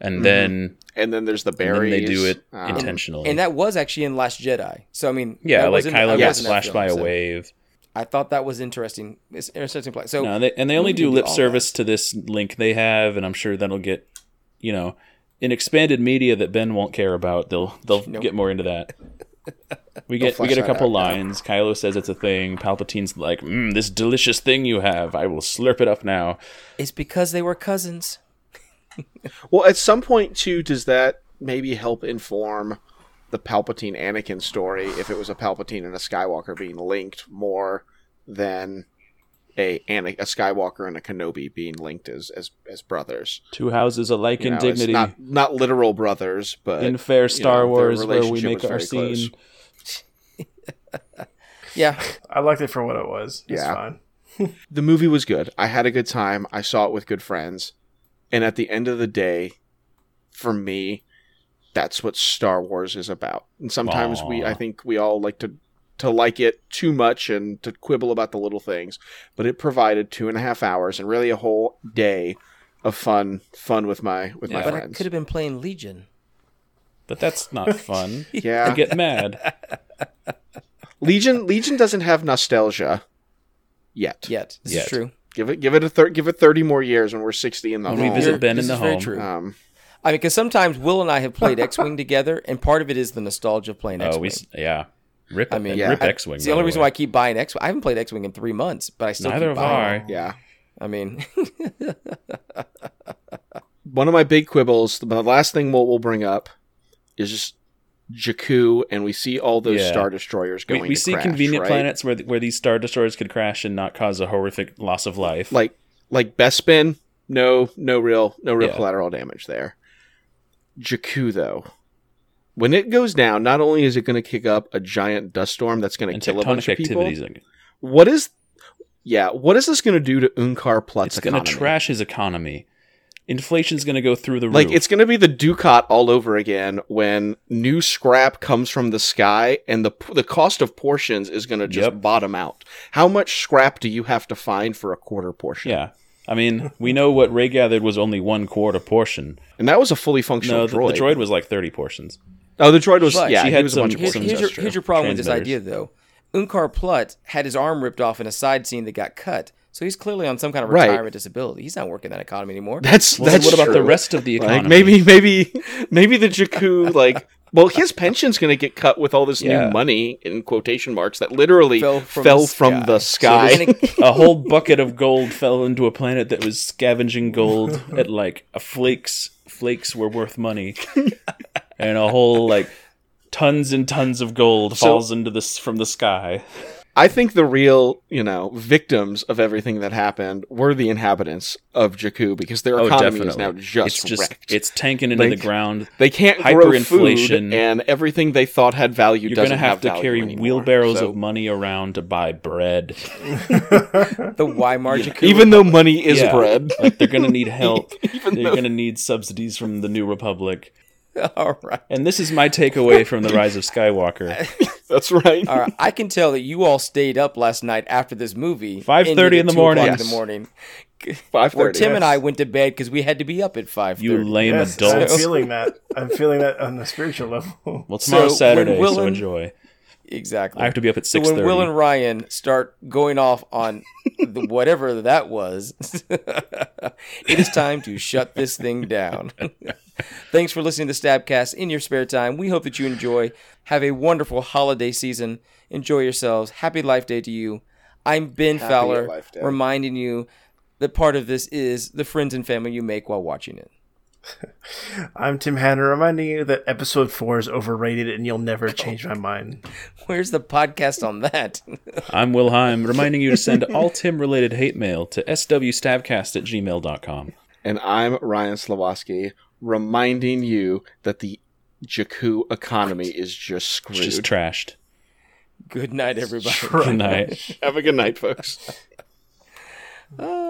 S3: and
S4: Mm-hmm.
S3: then
S1: And then there's the
S3: and then
S1: berries.
S3: they do it
S1: Um,
S3: intentionally.
S4: And that was actually in Last Jedi. So I mean,
S3: yeah,
S4: that
S3: like
S4: was in- that
S3: Kylo
S4: was
S3: gets
S4: in that
S3: slashed
S4: film,
S3: by a
S4: so
S3: wave.
S4: I thought that was interesting. It's an interesting play. So
S3: No, they, and they only
S4: Oh, we can
S3: do
S4: do
S3: lip
S4: all
S3: service to this link they have, and I'm sure that'll get, you know, in expanded media that Ben won't care about. They'll they'll
S4: Nope.
S3: get more into that. We get we
S1: flesh
S3: get a
S1: that
S3: couple
S1: out, yeah.
S3: lines. Kylo says it's a thing. Palpatine's like, mm, "This delicious thing you have, I will slurp it up now."
S4: it's because they were cousins.
S1: Well, at some point too, does that maybe help inform the Palpatine Anakin story if it was a Palpatine and a Skywalker being linked more than a Ana- a Skywalker and a Kenobi being linked as as, as brothers?
S3: Two houses alike
S1: You
S3: in
S1: know, it's
S3: dignity.
S1: not not literal brothers, but
S3: in fair Star
S1: their
S3: Wars, where we
S1: relationship
S3: make
S1: was
S3: our
S1: very
S3: scene.
S4: Yeah,
S2: I liked it for what it was. It's
S1: Yeah.
S2: fine.
S1: the movie was good. I had a good time. I saw it with good friends. And at the end of the day, for me, that's what Star Wars is about. And sometimes we
S3: Aw.
S1: I think we all like to to like it too much and to quibble about the little things. But it provided two and a half hours and really a whole day of fun fun with my with my
S3: Yeah.
S4: but I
S1: friends.
S4: could have been playing Legion.
S3: But that's not fun. I
S1: yeah.
S3: get mad.
S1: Legion Legion doesn't have nostalgia yet.
S4: Yet this
S3: Yet.
S4: is true.
S1: Give it give it a thir- give it 30 more years when we're 60 in the
S3: When we
S1: home.
S3: visit Ben
S4: this
S3: in the
S4: is very
S3: home.
S4: True.
S1: um
S4: I mean, because sometimes Will and I have played X-wing together, and part of it is the nostalgia of playing X-wing.
S3: Oh, we s- yeah. Rip,
S4: I mean,
S1: Yeah.
S3: rip
S1: I-
S3: X Wing.
S4: it's the only reason why I keep buying X-wing. I haven't played X-wing in three months, but I still
S3: neither
S4: keep
S3: of
S4: buying.
S3: I.
S1: yeah.
S4: I mean,
S1: one of my big quibbles, the the last thing we'll, we'll bring up is just Jakku, and we see all those
S3: Yeah.
S1: star destroyers
S3: We,
S1: going.
S3: we
S1: to
S3: see
S1: crash,
S3: convenient
S1: right?
S3: planets where th- where these star destroyers could crash and not cause a horrific loss of life.
S1: like like Bespin. No, no real, no real
S3: Yeah.
S1: collateral damage there. Jakku though, when it goes down, not only is it going to kick up a giant dust storm that's going to
S3: and
S1: kill a bunch
S3: tectonic
S1: of people.
S3: activities.
S1: What is, yeah, what is this going to do to Unkar Plut's
S3: It's going to
S1: economy?
S3: trash his economy. Inflation's going to go through the
S1: Like
S3: roof.
S1: it's gonna be the Ducat all over again when new scrap comes from the sky and the the cost of portions is gonna just
S3: Yep.
S1: bottom out. How much scrap do you have to find for a quarter portion?
S3: yeah. I mean, we know what Ray gathered was only one quarter portion.
S1: and that was a fully functional
S3: No, the,
S1: droid.
S3: the droid was like thirty portions.
S1: Oh, the droid was
S4: But
S1: yeah,
S4: she
S1: he
S3: had
S1: was a
S3: some-
S1: bunch of
S4: here's,
S3: Wilson's
S1: portions.
S4: here's your,
S3: Industrial
S4: here's your problem with this
S3: Transmitters.
S4: idea, though. Unkar Plutt had his arm ripped off in a side scene that got cut, so he's clearly on some kind of
S1: Right.
S4: retirement disability. He's not working that economy anymore.
S1: That's
S3: Well,
S1: that's
S3: what about the
S1: true.
S3: rest of the economy?
S1: Like maybe maybe maybe the Jakku like well his pension's gonna get cut with all this
S3: Yeah.
S1: new money in quotation marks that literally fell from, the, sky.
S4: And it-
S3: a whole bucket of gold fell into a planet that was scavenging gold at like a flakes flakes were worth money and a whole like tons and tons of gold falls into this from the sky
S1: I think the real, you know, victims of everything that happened were the inhabitants of Jakku because their economy is now just,
S3: Oh, it's just
S1: wrecked.
S3: it's tanking into
S1: Oh, Like,
S3: the ground
S1: they can't grow
S3: hyperinflation.
S1: food, and everything they thought had value
S3: you're
S1: doesn't
S3: gonna have, to
S1: value
S3: carry
S1: anymore.
S3: wheelbarrows
S1: So
S3: of money around to buy bread
S4: the Weimar Jakku.
S1: even though money is
S3: Yeah.
S1: bread,
S3: like they're gonna need help they're
S1: though-
S3: gonna need subsidies from the new republic
S4: all right,
S3: and this is my takeaway from the rise of skywalker
S1: that's right.
S4: all right. I can tell that you all stayed up last night after this movie.
S3: 5:30 in
S4: ended at 2
S3: the
S4: o'clock
S3: morning.
S4: In the morning,
S1: Five
S4: where
S1: thirty.
S4: Tim and I
S2: yes.
S4: went to bed because we had to be up at five thirty.
S3: you lame
S2: Yes, I'm
S3: adults
S2: feeling that. I'm feeling that on the spiritual level.
S3: Well, tomorrow's
S4: when
S3: Saturday,
S4: Will
S3: so
S4: and-
S3: enjoy.
S4: exactly.
S3: I have to be up at
S4: So
S3: six
S4: when
S3: thirty.
S4: Will and Ryan start going off on the, whatever that was, it is time to shut this thing down. Thanks for listening to Stabcast in your spare time. We hope that you enjoy. Have a wonderful holiday season. Enjoy yourselves. Happy Life Day to you. I'm Ben Fowler,
S1: Life Day.
S4: reminding you that part of this is the friends and family you make while watching it.
S2: I'm Tim Hanna reminding you that episode four is overrated and you'll never change my mind.
S4: Where's the podcast on that?
S3: I'm Will Heim, reminding you to send all Tim-related hate mail to swstabcast at gmail.com.
S1: and I'm Ryan Slawoski, reminding you that the Jakku economy is just screwed.
S3: It's just trashed.
S4: Good night, everybody.
S3: Good night.
S1: have a good night, folks.
S4: Ah.